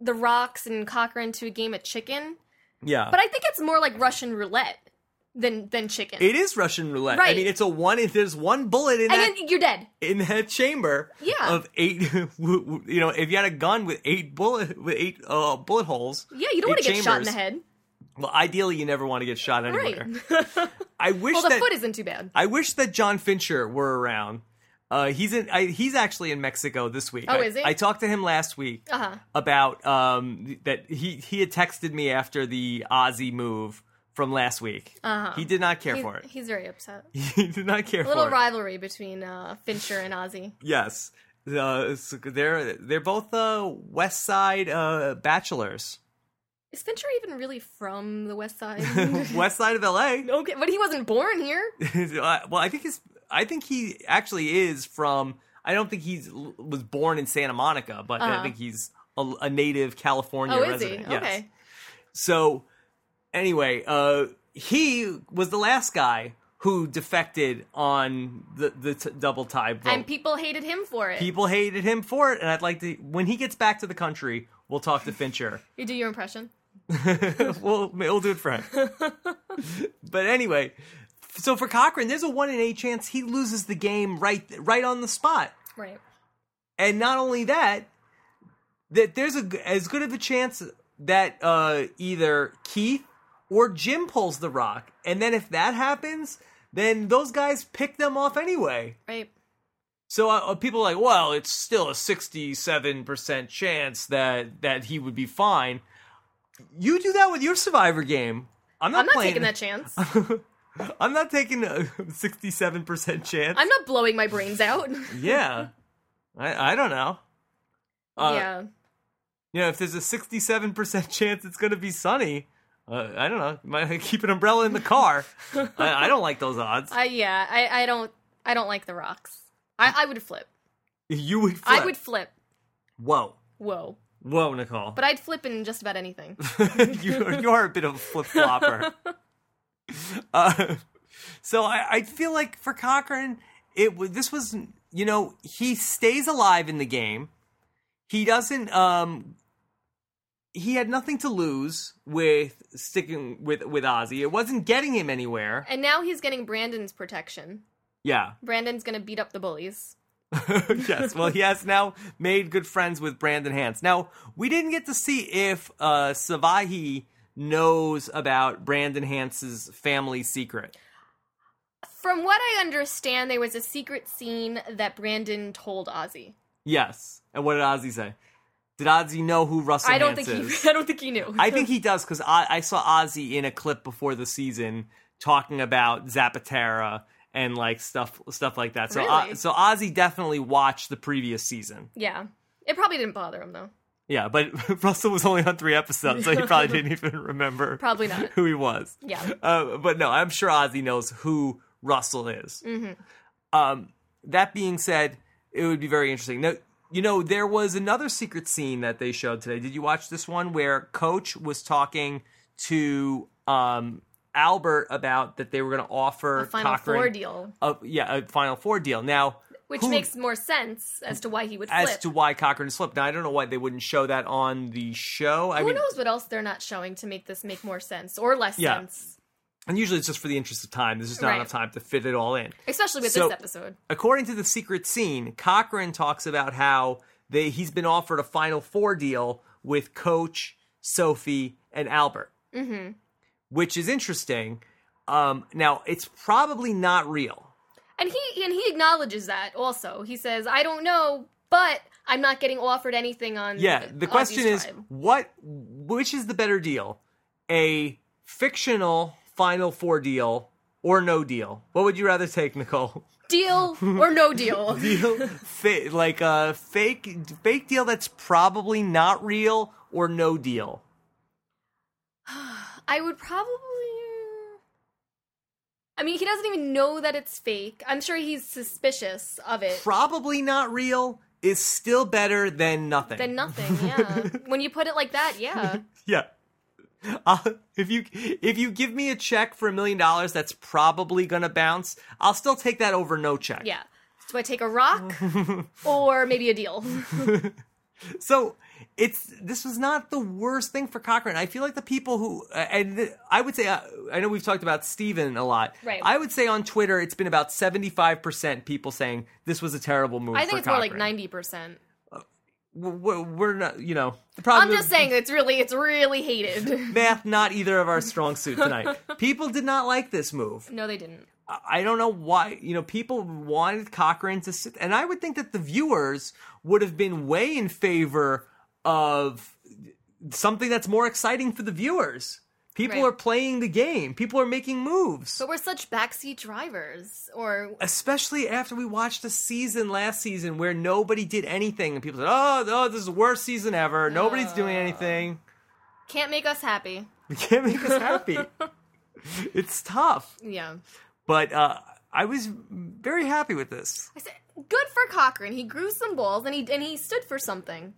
Speaker 2: the rocks and Cochrane to a game of chicken,
Speaker 1: Yeah.
Speaker 2: but I think it's more like Russian roulette than than chicken.
Speaker 1: it is Russian roulette. I
Speaker 2: Right.
Speaker 1: mean, it's a one. If there's one bullet in
Speaker 2: and
Speaker 1: that
Speaker 2: then you're dead.
Speaker 1: in that chamber
Speaker 2: Yeah.
Speaker 1: of eight, w- w- you know, if you had a gun with eight bullet with eight uh, bullet holes,
Speaker 2: Yeah, you don't want
Speaker 1: eight
Speaker 2: to get shot in the
Speaker 1: chambers,
Speaker 2: head.
Speaker 1: Well, ideally, you never want to get shot
Speaker 2: Right.
Speaker 1: anywhere.
Speaker 2: well,
Speaker 1: I wish
Speaker 2: the
Speaker 1: that
Speaker 2: foot isn't too bad.
Speaker 1: I wish that John Fincher were around. Uh, he's in. I, he's actually in Mexico this week.
Speaker 2: Oh,
Speaker 1: I-
Speaker 2: is he?
Speaker 1: I talked to him last week
Speaker 2: Uh-huh.
Speaker 1: about um, that. He he had texted me after the Aussie move from last week.
Speaker 2: Uh-huh.
Speaker 1: He did not care
Speaker 2: He's,
Speaker 1: for it.
Speaker 2: he's very upset.
Speaker 1: He did not care
Speaker 2: A little
Speaker 1: for it.
Speaker 2: rivalry between uh, Fincher and Ozzy.
Speaker 1: Yes, uh, so they're they're both uh, West Side uh, bachelors.
Speaker 2: Is Fincher even really from the West Side?
Speaker 1: West Side of L.A.
Speaker 2: okay, but he wasn't born here.
Speaker 1: Uh, well, I think he's. I think he actually is from. I don't think he's was born in Santa Monica, but I
Speaker 2: Uh-huh.
Speaker 1: think he's a, a native California
Speaker 2: Oh, is he?
Speaker 1: resident. Yes.
Speaker 2: Okay.
Speaker 1: So, anyway, uh, he was the last guy who defected on the the t- double tie vote.
Speaker 2: And people hated him for it.
Speaker 1: People hated him for it, and I'd like to. When he gets back to the country, we'll talk to Fincher.
Speaker 2: You do your impression.
Speaker 1: we'll we'll do it for him. but anyway, so for Cochran, there's a one in eight chance he loses the game right right on the spot.
Speaker 2: Right.
Speaker 1: And not only that, that there's a g- as good of a chance that uh, either Keith or Jim pulls the rock. And then if that happens, then those guys pick them off anyway.
Speaker 2: Right.
Speaker 1: So uh, people are like, well, it's still a 67% chance that that he would be fine. You do that with your survivor game. I'm not,
Speaker 2: I'm not
Speaker 1: playing
Speaker 2: taking that chance.
Speaker 1: I'm not taking a 67% chance.
Speaker 2: I'm not blowing my brains out.
Speaker 1: yeah. I I don't know. Uh,
Speaker 2: yeah.
Speaker 1: You know, if there's a 67% chance it's going to be sunny, uh, I don't know. You might keep an umbrella in the car. I, I don't like those odds.
Speaker 2: I yeah. I, I don't I don't like the rocks. I, I would flip.
Speaker 1: you would
Speaker 2: I
Speaker 1: flip.
Speaker 2: would flip.
Speaker 1: Whoa.
Speaker 2: Whoa.
Speaker 1: Whoa, Nicole.
Speaker 2: But I'd flip in just about anything.
Speaker 1: you are, you are a bit of a flip flopper. uh, so I, I feel like for Cochran, it was this was you know he stays alive in the game. He doesn't. Um, he had nothing to lose with sticking with with Ozzy. It wasn't getting him anywhere.
Speaker 2: and now he's getting Brandon's protection.
Speaker 1: Yeah.
Speaker 2: Brandon's gonna beat up the bullies.
Speaker 1: yes. Well, he has now made good friends with Brandon Hans. Now, we didn't get to see if uh, Savahi knows about Brandon Hans's family secret.
Speaker 2: From what I understand, there was a secret scene that Brandon told Ozzy.
Speaker 1: Yes. And what did Ozzy say? Did Ozzy know who Russell
Speaker 2: I don't
Speaker 1: Hans
Speaker 2: think he.
Speaker 1: is?
Speaker 2: I don't think he knew.
Speaker 1: I think he does because I, I saw Ozzy in a clip before the season talking about Zapatera and like stuff stuff like that. So
Speaker 2: Really?
Speaker 1: so Ozzy definitely watched the previous season.
Speaker 2: yeah. It probably didn't bother him though.
Speaker 1: Yeah, but Russell was only on three episodes, so he probably didn't even remember
Speaker 2: Probably not.
Speaker 1: who he was.
Speaker 2: Yeah.
Speaker 1: Uh, but no, I'm sure Ozzy knows who Russell is.
Speaker 2: Mhm.
Speaker 1: Um, that being said, it would be very interesting. Now, you know, there was another secret scene that they showed today. Did you watch this one where Coach was talking to um, Albert about that they were going to offer
Speaker 2: A Final
Speaker 1: Cochran
Speaker 2: Four deal,
Speaker 1: a- yeah, a Final Four deal. Now,
Speaker 2: which
Speaker 1: who-
Speaker 2: makes more sense as to why he would
Speaker 1: as
Speaker 2: flip.
Speaker 1: to why Cochran slipped. Now, I don't know why they wouldn't show that on the show. I
Speaker 2: Who
Speaker 1: mean,
Speaker 2: knows what else they're not showing to make this make more sense or less
Speaker 1: Yeah.
Speaker 2: sense,
Speaker 1: and usually it's just for the interest of time. There's just not
Speaker 2: Right.
Speaker 1: enough time to fit it all in.
Speaker 2: especially with
Speaker 1: So-
Speaker 2: this episode.
Speaker 1: According to the secret scene, Cochran talks about how they, he's been offered a Final Four deal with Coach, Sophie, and Albert, mm-hmm. which is interesting. Um, now, it's probably not real.
Speaker 2: And he and he acknowledges that also. He says, "I don't know, but I'm not getting offered anything on."
Speaker 1: Yeah,
Speaker 2: on
Speaker 1: the
Speaker 2: these
Speaker 1: question is
Speaker 2: tribe."
Speaker 1: what which is the better deal? A fictional final four deal or no deal? What would you rather take, Nicole?
Speaker 2: deal or no deal.
Speaker 1: Deal fa- like a fake fake deal that's probably not real or no deal?
Speaker 2: I would probably. I mean, he doesn't even know that it's fake. I'm sure he's suspicious of it.
Speaker 1: Probably not real is still better than nothing.
Speaker 2: Then nothing. Yeah. when you put it like that, yeah.
Speaker 1: yeah. Uh, if you if you give me a check for a million dollars that's probably gonna bounce, I'll still take that over no check.
Speaker 2: Yeah. Do I take a rock or maybe a deal?
Speaker 1: So it's this was not the worst thing for Cochrane. I feel like the people who uh, and th- I would say uh, I know we've talked about Steven a lot.
Speaker 2: Right.
Speaker 1: I would say on Twitter it's been about seventy five percent people saying this was a terrible move.
Speaker 2: I think
Speaker 1: for
Speaker 2: it's more like
Speaker 1: Cochrane.
Speaker 2: 90%.
Speaker 1: We're, we're not, you know, the
Speaker 2: I'm
Speaker 1: problem.
Speaker 2: just
Speaker 1: is
Speaker 2: saying it's really it's really hated.
Speaker 1: Math, not either of our strong suit tonight. people did not like this move.
Speaker 2: no, they didn't.
Speaker 1: I don't know why, you know, people wanted Cochran to sit, and I would think that the viewers would have been way in favor of something that's more exciting for the viewers. People
Speaker 2: Right.
Speaker 1: are playing the game. People are making moves.
Speaker 2: But we're such backseat drivers or
Speaker 1: Especially after we watched a season last season where nobody did anything, and people said, "Oh, oh this is the worst season ever. Nobody's doing anything.
Speaker 2: can't make us happy.
Speaker 1: We can't make us happy." it's tough,
Speaker 2: Yeah.
Speaker 1: but uh, I was very happy with this.
Speaker 2: I said good for Cochrane. He grew some balls and he and he stood for something.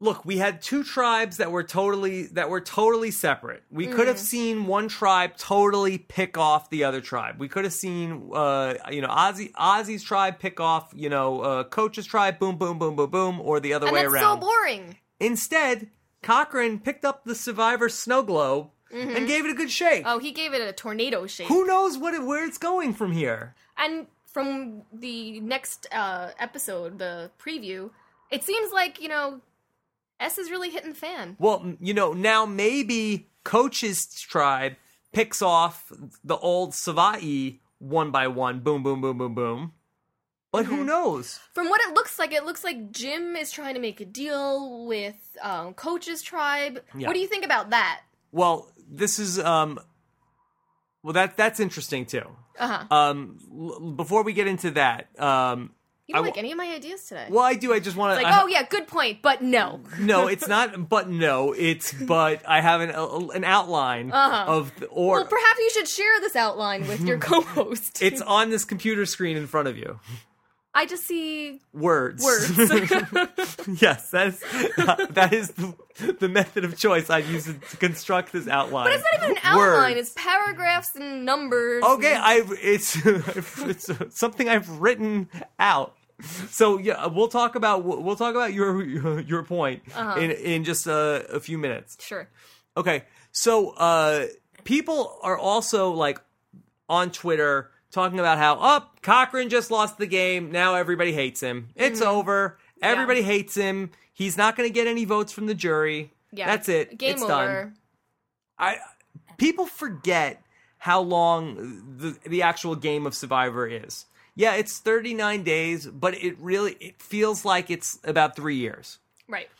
Speaker 1: look we had two tribes that were totally that were totally separate we could have
Speaker 2: Mm-hmm.
Speaker 1: seen one tribe totally pick off the other tribe we could have seen uh you know ozzy ozzy's tribe pick off you know uh coach's tribe boom boom boom boom boom or the other
Speaker 2: And
Speaker 1: way
Speaker 2: that's so
Speaker 1: around
Speaker 2: boring.
Speaker 1: instead Cochran picked up the survivor snow globe and gave it a good shake
Speaker 2: Mm-hmm. Oh, he gave it a tornado shape.
Speaker 1: who knows what it, where it's going from here
Speaker 2: And from the next uh, episode, the preview, it seems like you know, S is really hitting the fan.
Speaker 1: Well, m- you know, now maybe Coach's tribe picks off the old Savai one by one, boom, boom, boom, boom, boom. But
Speaker 2: Mm-hmm.
Speaker 1: who knows?
Speaker 2: From what it looks like, it looks like Jim is trying to make a deal with um, Coach's tribe.
Speaker 1: Yeah.
Speaker 2: What do you think about that?
Speaker 1: Well, this is um, well that that's interesting too.
Speaker 2: Uh-huh.
Speaker 1: Um, l- before we get into that, um,
Speaker 2: You don't
Speaker 1: I
Speaker 2: like
Speaker 1: w-
Speaker 2: any of my ideas today.
Speaker 1: well, I do. I just want
Speaker 2: It's
Speaker 1: to.
Speaker 2: like, oh yeah, good point, but no.
Speaker 1: no, it's not. But no, it's. But I have an an outline
Speaker 2: Uh-huh.
Speaker 1: of the, or
Speaker 2: Well, perhaps you should share this outline with your co-host.
Speaker 1: it's on this computer screen in front of you.
Speaker 2: I just see
Speaker 1: Words.
Speaker 2: words.
Speaker 1: Yes, that is that is the, the method of choice I use to construct this outline.
Speaker 2: But it's not even an outline. It's paragraphs and numbers.
Speaker 1: okay.
Speaker 2: and-
Speaker 1: I it's it's uh, something I've written out. So yeah, we'll talk about we'll talk about your your point
Speaker 2: Uh-huh.
Speaker 1: in in just uh, a few minutes.
Speaker 2: sure.
Speaker 1: Okay. So uh people are also like on Twitter talking about how up oh, Cochran just lost the game. Now everybody hates him. It's
Speaker 2: Mm-hmm.
Speaker 1: over. Everybody hates him. He's not going to get any votes from the jury.
Speaker 2: Yeah.
Speaker 1: That's it.
Speaker 2: Game
Speaker 1: it's
Speaker 2: over.
Speaker 1: done. I people forget how long the the actual game of Survivor is. Yeah, it's 39 days, but it really it feels like it's about 3 years.
Speaker 2: Right.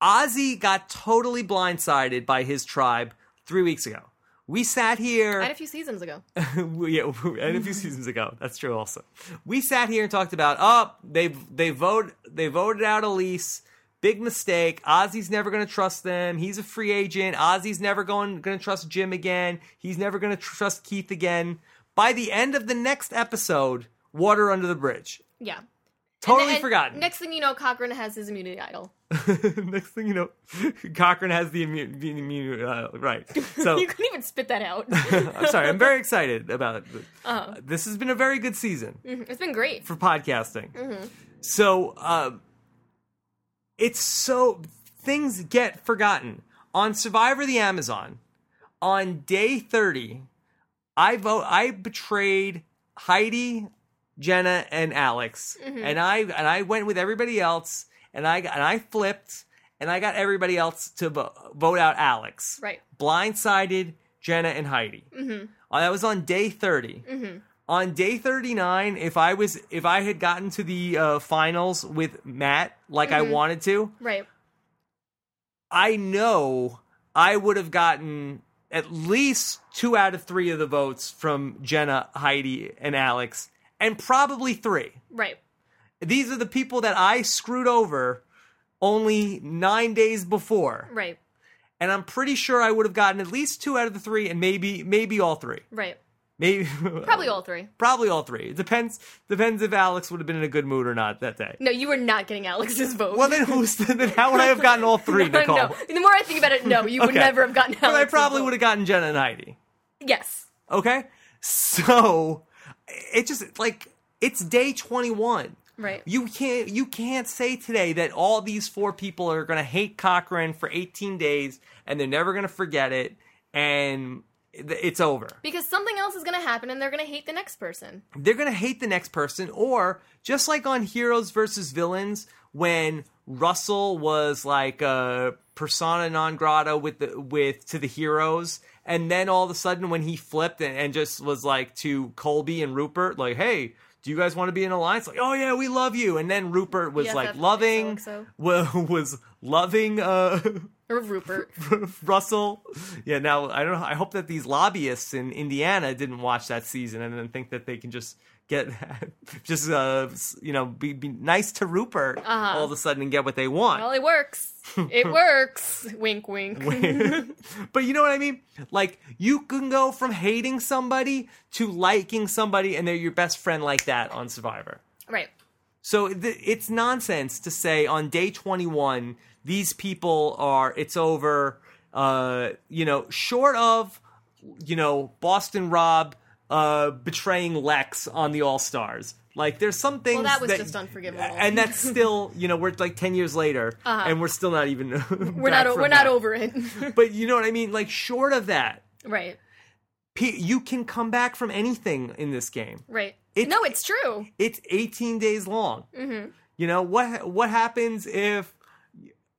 Speaker 1: Ozzy got totally blindsided by his tribe three weeks ago. We sat here
Speaker 2: And a few seasons ago.
Speaker 1: yeah, and a few seasons ago. That's true. Also, we sat here and talked about oh they they vote they voted out Elise. Big mistake. Ozzy's never going to trust them. He's a free agent. Ozzy's never going going to trust Jim again. He's never going to trust Keith again. by the end of the next episode, water under the bridge.
Speaker 2: Yeah.
Speaker 1: Totally
Speaker 2: And- and
Speaker 1: forgotten.
Speaker 2: Next thing you know, Cochrane has his immunity idol.
Speaker 1: next thing you know, Cochrane has the immune. The immune uh, right. So
Speaker 2: you couldn't even spit that out.
Speaker 1: I'm sorry. I'm very excited about it.
Speaker 2: Uh-huh.
Speaker 1: This has been a very good season
Speaker 2: Mhm. It's been great.
Speaker 1: for podcasting. So uh, it's so things get forgotten on Survivor the Amazon on day 30. I vote. I betrayed Heidi, Jenna, and Alex, and I and I went with everybody else, and I and I flipped, and I got everybody else to vo- vote out Alex.
Speaker 2: Right.
Speaker 1: Blindsided Jenna and Heidi. Uh, that was on day 30 on day 39 if i was if i had gotten to the uh, finals with matt like i wanted to
Speaker 2: Right.
Speaker 1: i know i would have gotten at least two out of three of the votes from jenna heidi and alex and probably three
Speaker 2: Right.
Speaker 1: these are the people that i screwed over only nine days before
Speaker 2: Right.
Speaker 1: and i'm pretty sure i would have gotten at least two out of the three and maybe maybe all three
Speaker 2: Right.
Speaker 1: maybe
Speaker 2: Probably all three.
Speaker 1: Probably all three. It depends depends if Alex would have been in a good mood or not that day.
Speaker 2: No, you were not getting Alex's vote.
Speaker 1: Well, then who's then how would I have gotten all three,
Speaker 2: No,
Speaker 1: Nicole?
Speaker 2: no. The more I think about it, no, you would
Speaker 1: Okay.
Speaker 2: never have gotten
Speaker 1: But
Speaker 2: Alex's
Speaker 1: I probably
Speaker 2: vote.
Speaker 1: would have gotten Jenna and Heidi.
Speaker 2: Yes.
Speaker 1: Okay, so it just like it's day twenty one.
Speaker 2: Right.
Speaker 1: You can't you can't say today that all these four people are going to hate Cochrane for eighteen days and they're never going to forget it and th- it's over.
Speaker 2: Because something else is going to happen and they're going to hate the next person.
Speaker 1: they're going to hate the next person or just like on heroes versus villains when russell was like uh, persona non grata with the with to the heroes and then all of a sudden when he flipped and, and just was like to colby and rupert like hey do you guys want to be in alliance like oh yeah we love you and then rupert was
Speaker 2: Yes,
Speaker 1: like
Speaker 2: that's
Speaker 1: loving
Speaker 2: XOXO.
Speaker 1: wa- was loving uh
Speaker 2: Or Rupert.
Speaker 1: Russell. Yeah, now I don't know. I hope that these lobbyists in Indiana didn't watch that season and then think that they can just get just uh you know be, be nice to Rupert all of a sudden and get what they
Speaker 2: well,
Speaker 1: want.
Speaker 2: it works. It works. wink, wink.
Speaker 1: but you know what I mean? Like you can go from hating somebody to liking somebody and they're your best friend like that on Survivor.
Speaker 2: Right.
Speaker 1: So th- it's nonsense to say on day 21 these people are it's over. Uh, you know, short of you know Boston Rob uh, betraying Lex on the All Stars. Like there's some things
Speaker 2: that was just unforgivable. Uh-huh.
Speaker 1: and that's still you know we're like 10 years later and we're still not even
Speaker 2: We're not. We're not over it.
Speaker 1: But you know what I mean? Like short of that.
Speaker 2: right.
Speaker 1: pe- You can come back from anything in this game
Speaker 2: Right.
Speaker 1: It's-
Speaker 2: no, it's true.
Speaker 1: it's 18 days long. You know what? What happens if?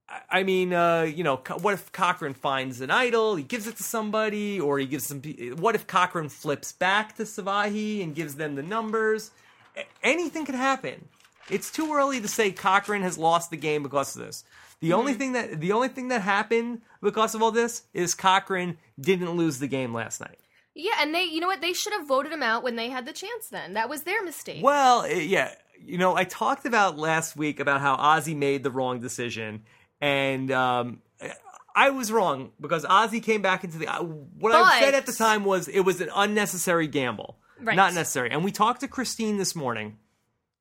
Speaker 1: I- I mean, uh, you know, co- what if Cochrane finds an idol? He gives it to somebody, or he gives some. pe- What if Cochrane flips back to Savahi and gives them the numbers? A- Anything could happen. It's too early to say Cochrane has lost the game because of this. The only thing that the only thing that happened because of all this is Cochrane didn't lose the game last night.
Speaker 2: Yeah, and they. You know what? They should have voted him out when they had the chance. Then that was their mistake.
Speaker 1: Well, eh, yeah, you know, I talked about last week about how Ozzy made the wrong decision, and um, eh, I was wrong because Ozzy came back into the. I- What I said
Speaker 2: But-
Speaker 1: at the time was it was an unnecessary gamble,
Speaker 2: Right.
Speaker 1: not necessary. And we talked to Christine this morning,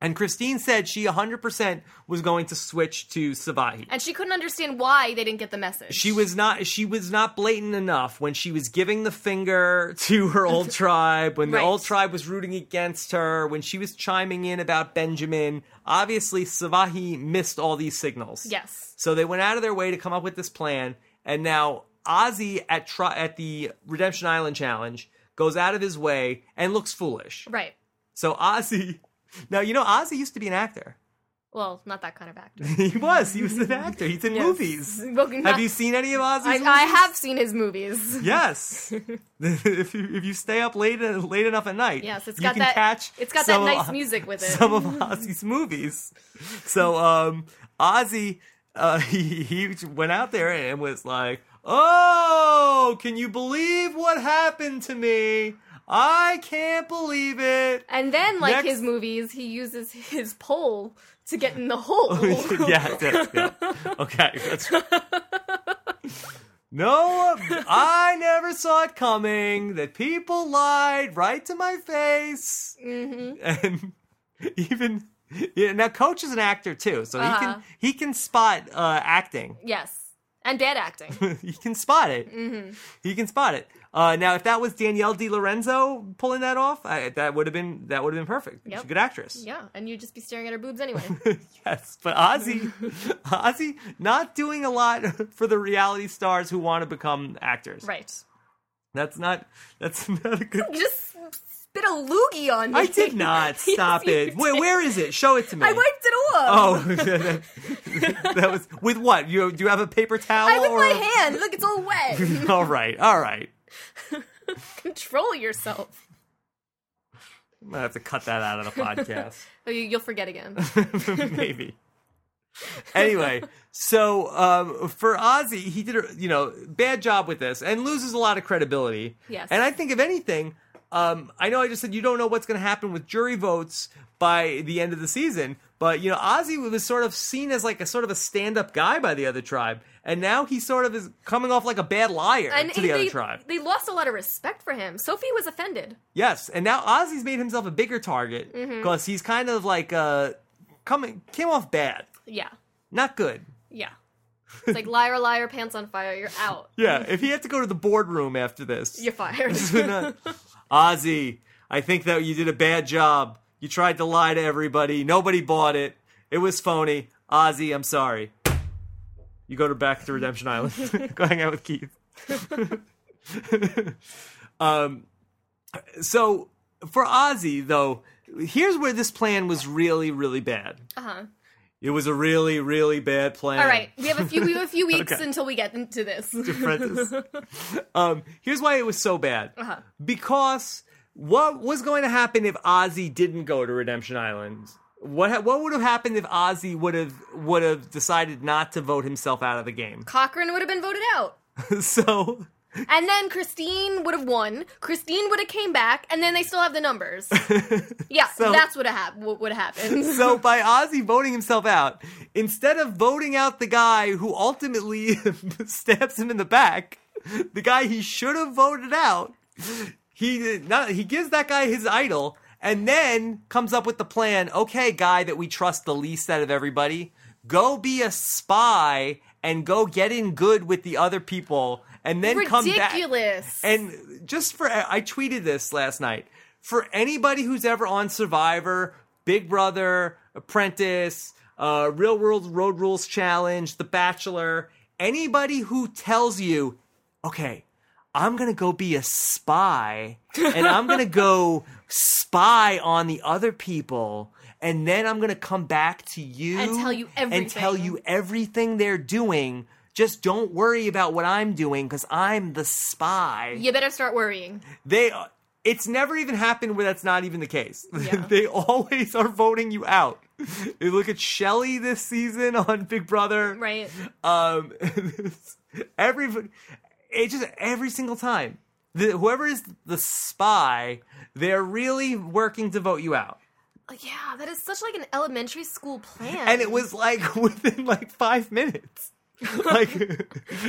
Speaker 1: and Christine said she 100% was going to switch to Savahi.
Speaker 2: And she couldn't understand why they didn't get the message.
Speaker 1: She was not. She was not blatant enough when she was giving the finger to her old tribe. When
Speaker 2: Right.
Speaker 1: the old tribe was rooting against her. When she was chiming in about Benjamin. Obviously, Savahi missed all these signals.
Speaker 2: Yes.
Speaker 1: So they went out of their way to come up with this plan, and now Ozzy at tri- at the Redemption Island challenge goes out of his way and looks foolish.
Speaker 2: Right.
Speaker 1: So Ozzy. Now you know Ozzy used to be an actor.
Speaker 2: Well, not that kind of actor.
Speaker 1: he was. He was an actor. He's in movies.
Speaker 2: Well, not-
Speaker 1: Have you seen any of Ozzy's
Speaker 2: I,
Speaker 1: movies?
Speaker 2: I have seen his movies.
Speaker 1: Yes. if you if you stay up late late enough at night,
Speaker 2: Yes, it's
Speaker 1: you
Speaker 2: got
Speaker 1: can
Speaker 2: that.
Speaker 1: catch
Speaker 2: it's got that
Speaker 1: some
Speaker 2: nice
Speaker 1: of,
Speaker 2: music with it.
Speaker 1: Some of Ozzy's movies. So um, Ozzy uh, he, he went out there and was like, "Oh, can you believe what happened to me? I can't believe it."
Speaker 2: And then, like
Speaker 1: Next-
Speaker 2: his movies, he uses his pole to get in the hole.
Speaker 1: yeah, that's good. Okay, that's No, I never saw it coming. That people lied right to my face,
Speaker 2: hmm
Speaker 1: and even yeah, now, Coach is an actor too, so he
Speaker 2: Uh-huh.
Speaker 1: can he can spot uh, acting.
Speaker 2: Yes. And bad acting.
Speaker 1: he can spot it.
Speaker 2: hmm
Speaker 1: He can spot it. Uh, now, if that was Danielle Di Lorenzo pulling that off, I, that would have been that would have been perfect. She's
Speaker 2: Yep.
Speaker 1: a good actress.
Speaker 2: Yeah, and you'd just be staring at her boobs anyway.
Speaker 1: yes, but Ozzy, Ozzy, not doing a lot for the reality stars who want to become actors.
Speaker 2: right.
Speaker 1: That's not. That's not a good.
Speaker 2: You just spit a loogie on me.
Speaker 1: I did not
Speaker 2: Yes,
Speaker 1: stop
Speaker 2: you
Speaker 1: it. Wait,
Speaker 2: did.
Speaker 1: where is it? Show it to me.
Speaker 2: I wiped it off.
Speaker 1: Oh, that was with what? You do you have a paper towel?
Speaker 2: I with
Speaker 1: or
Speaker 2: my hand. Look, it's all wet.
Speaker 1: all right, all right.
Speaker 2: Control yourself.
Speaker 1: I'm gonna have to cut that out of the podcast.
Speaker 2: Oh, you- You'll forget again.
Speaker 1: maybe. Anyway, so um, for Ozzy, he did a you know bad job with this and loses a lot of credibility.
Speaker 2: Yes.
Speaker 1: And I think if anything, um, I know I just said you don't know what's going to happen with jury votes by the end of the season, but you know Ozzy was sort of seen as like a sort of a stand-up guy by the other tribe, and now he sort of is coming off like a bad liar
Speaker 2: And
Speaker 1: to the
Speaker 2: they,
Speaker 1: other tribe.
Speaker 2: they lost a lot of respect for him. Sophie was offended.
Speaker 1: Yes, and now Ozzy's made himself a bigger target
Speaker 2: Mm-hmm.
Speaker 1: because he's kind of like uh, coming came off bad,
Speaker 2: Yeah.
Speaker 1: not good.
Speaker 2: Yeah. It's like liar, liar, pants on fire. You're out.
Speaker 1: Yeah, if he had to go to the boardroom after this,
Speaker 2: You're fired.
Speaker 1: Not- Ozzy, I think that you did a bad job. You tried to lie to everybody. Nobody bought it. It was phony. Ozzy, I'm sorry. You go to back to Redemption Island. go hang out with Keith. um, so for Ozzy though, here's where this plan was really, really bad.
Speaker 2: Uh huh. All
Speaker 1: It was a really, really bad plan.
Speaker 2: right. We have a few. We have a few weeks
Speaker 1: Okay.
Speaker 2: until we get into this.
Speaker 1: apprentice. um, here's why it was so bad.
Speaker 2: Uh-huh.
Speaker 1: Because what was going to happen if Ozzy didn't go to Redemption Island? What ha- what would have happened if Ozzy would have would have decided not to vote himself out of the game?
Speaker 2: Cochran would have been voted out.
Speaker 1: so
Speaker 2: And then Christine would have won. Christine would have came back, and then they still have the numbers. Yeah,
Speaker 1: So-
Speaker 2: that's what hap- what would happen.
Speaker 1: so by Ozzy voting himself out, instead of voting out the guy who ultimately stabs him in the back, the guy he should have voted out, he not, he gives that guy his idol and then comes up with the plan, okay, guy that we trust the least out of everybody, go be a spy and go get in good with the other people and then come back.
Speaker 2: ridiculous.
Speaker 1: And just for I tweeted this last night. For anybody who's ever on Survivor, Big Brother, Apprentice, uh, Real World Road Rules Challenge, The Bachelor, anybody who tells you, okay, I'm gonna go be a spy and I'm gonna go spy on the other people and then I'm gonna come back to you
Speaker 2: And tell you
Speaker 1: and tell
Speaker 2: everything.
Speaker 1: you everything they're doing. Just don't worry about what I'm doing because I'm the spy.
Speaker 2: you better start worrying.
Speaker 1: They, it's never even happened where that's not even the case.
Speaker 2: Yeah.
Speaker 1: they always are voting you out. You look at Shelly this season on Big Brother.
Speaker 2: Right.
Speaker 1: Um, every, it just every single time. The, whoever is the spy, they're really working to vote you out.
Speaker 2: Yeah, that is such like an elementary school plan.
Speaker 1: and it was like within like five minutes. like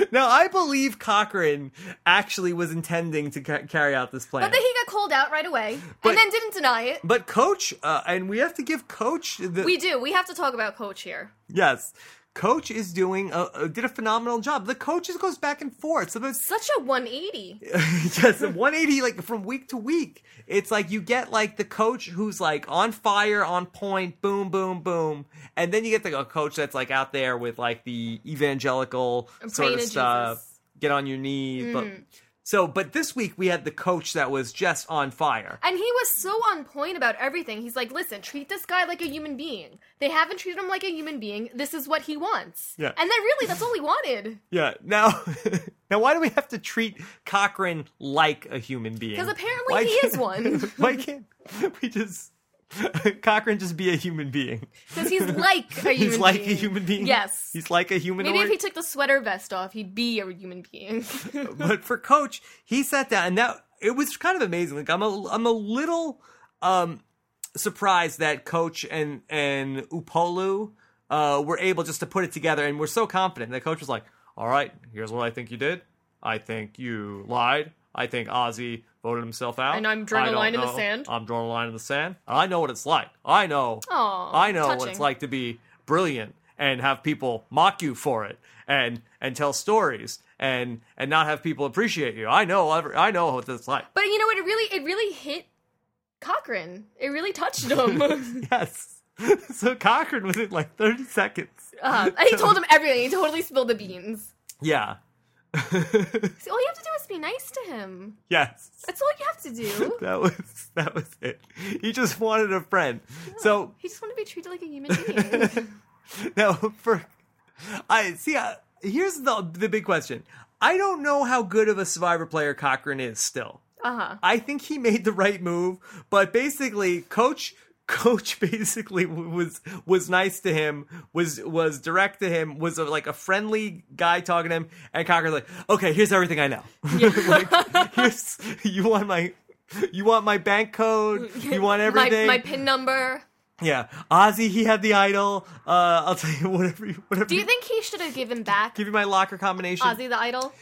Speaker 1: now, I believe Cochrane actually was intending to ca- carry out this plan.
Speaker 2: But then he got called out right away,
Speaker 1: But-
Speaker 2: and then didn't deny it.
Speaker 1: But coach, uh, and we have to give coach the
Speaker 2: We do. We have to talk about Coach here.
Speaker 1: yes, coach is doing a, a- did a phenomenal job. The coaches goes back and forth. So there's
Speaker 2: Such a 180.
Speaker 1: yes, 180 like from week to week. It's like you get like the coach who's like on fire, on point, boom, boom, boom, and then you get the a coach that's like out there with like the evangelical
Speaker 2: And
Speaker 1: sort
Speaker 2: praying
Speaker 1: of
Speaker 2: to
Speaker 1: stuff.
Speaker 2: Jesus. Mm.
Speaker 1: Get on your knees, but. So, but this week we had the coach that was just on fire.
Speaker 2: And he was so on point about everything. He's like, listen, treat this guy like a human being. They haven't treated him like a human being. This is what he wants.
Speaker 1: Yeah.
Speaker 2: And then really, that's all he wanted.
Speaker 1: Yeah. Now, now, why do we have to treat Cochrane like a human being?
Speaker 2: Because apparently
Speaker 1: Why
Speaker 2: he
Speaker 1: can't-
Speaker 2: is one.
Speaker 1: Why can't we just Cochrane just be a human being?
Speaker 2: Because he's like a human
Speaker 1: He's like
Speaker 2: being.
Speaker 1: a human being.
Speaker 2: Yes.
Speaker 1: He's like a human.
Speaker 2: Maybe if he took the sweater vest off, he'd be a human being.
Speaker 1: but for Coach, he sat down, and that it was kind of amazing. Like I'm a, I'm a little um surprised that Coach and and Upolu uh were able just to put it together, and we're so confident that Coach was like. all right, here's what I think you did. I think you lied. I think Ozzy voted himself out.
Speaker 2: And I'm drawing
Speaker 1: I
Speaker 2: a
Speaker 1: don't
Speaker 2: line in the
Speaker 1: know.
Speaker 2: sand."
Speaker 1: I'm drawing a line in the sand. I know what it's like. I know.
Speaker 2: Aw,
Speaker 1: I know what
Speaker 2: touching.
Speaker 1: it's like to be brilliant and have people mock you for it and and tell stories and and not have people appreciate you. I know. every- I know what it's like.
Speaker 2: But you know, it really it really hit Cochrane. It really touched him.
Speaker 1: Yes. so Cochran was in like 30 seconds.
Speaker 2: uh, and he told him everything. He totally spilled the beans.
Speaker 1: Yeah.
Speaker 2: So all you have to do is be nice to him.
Speaker 1: yes.
Speaker 2: That's all you have to do.
Speaker 1: That was that was it. He just wanted a friend. So
Speaker 2: He just wanted to be treated like a human being.
Speaker 1: now for I see uh, here's the the big question. I don't know how good of a survivor player Cochran is still.
Speaker 2: Uh huh.
Speaker 1: I think he made the right move, but basically, coach coach basically w- was was nice to him, was was direct to him, was a, like a friendly guy talking to him, and Cocker's like, okay, here's everything I know. like, here's you want my. You want my bank code? You want everything?
Speaker 2: My, my pin number.
Speaker 1: yeah, Ozzy, he had the idol. Uh, I'll tell you whatever. You, whatever.
Speaker 2: Do you think he should have given back
Speaker 1: give you my locker combination?
Speaker 2: Ozzy the idol?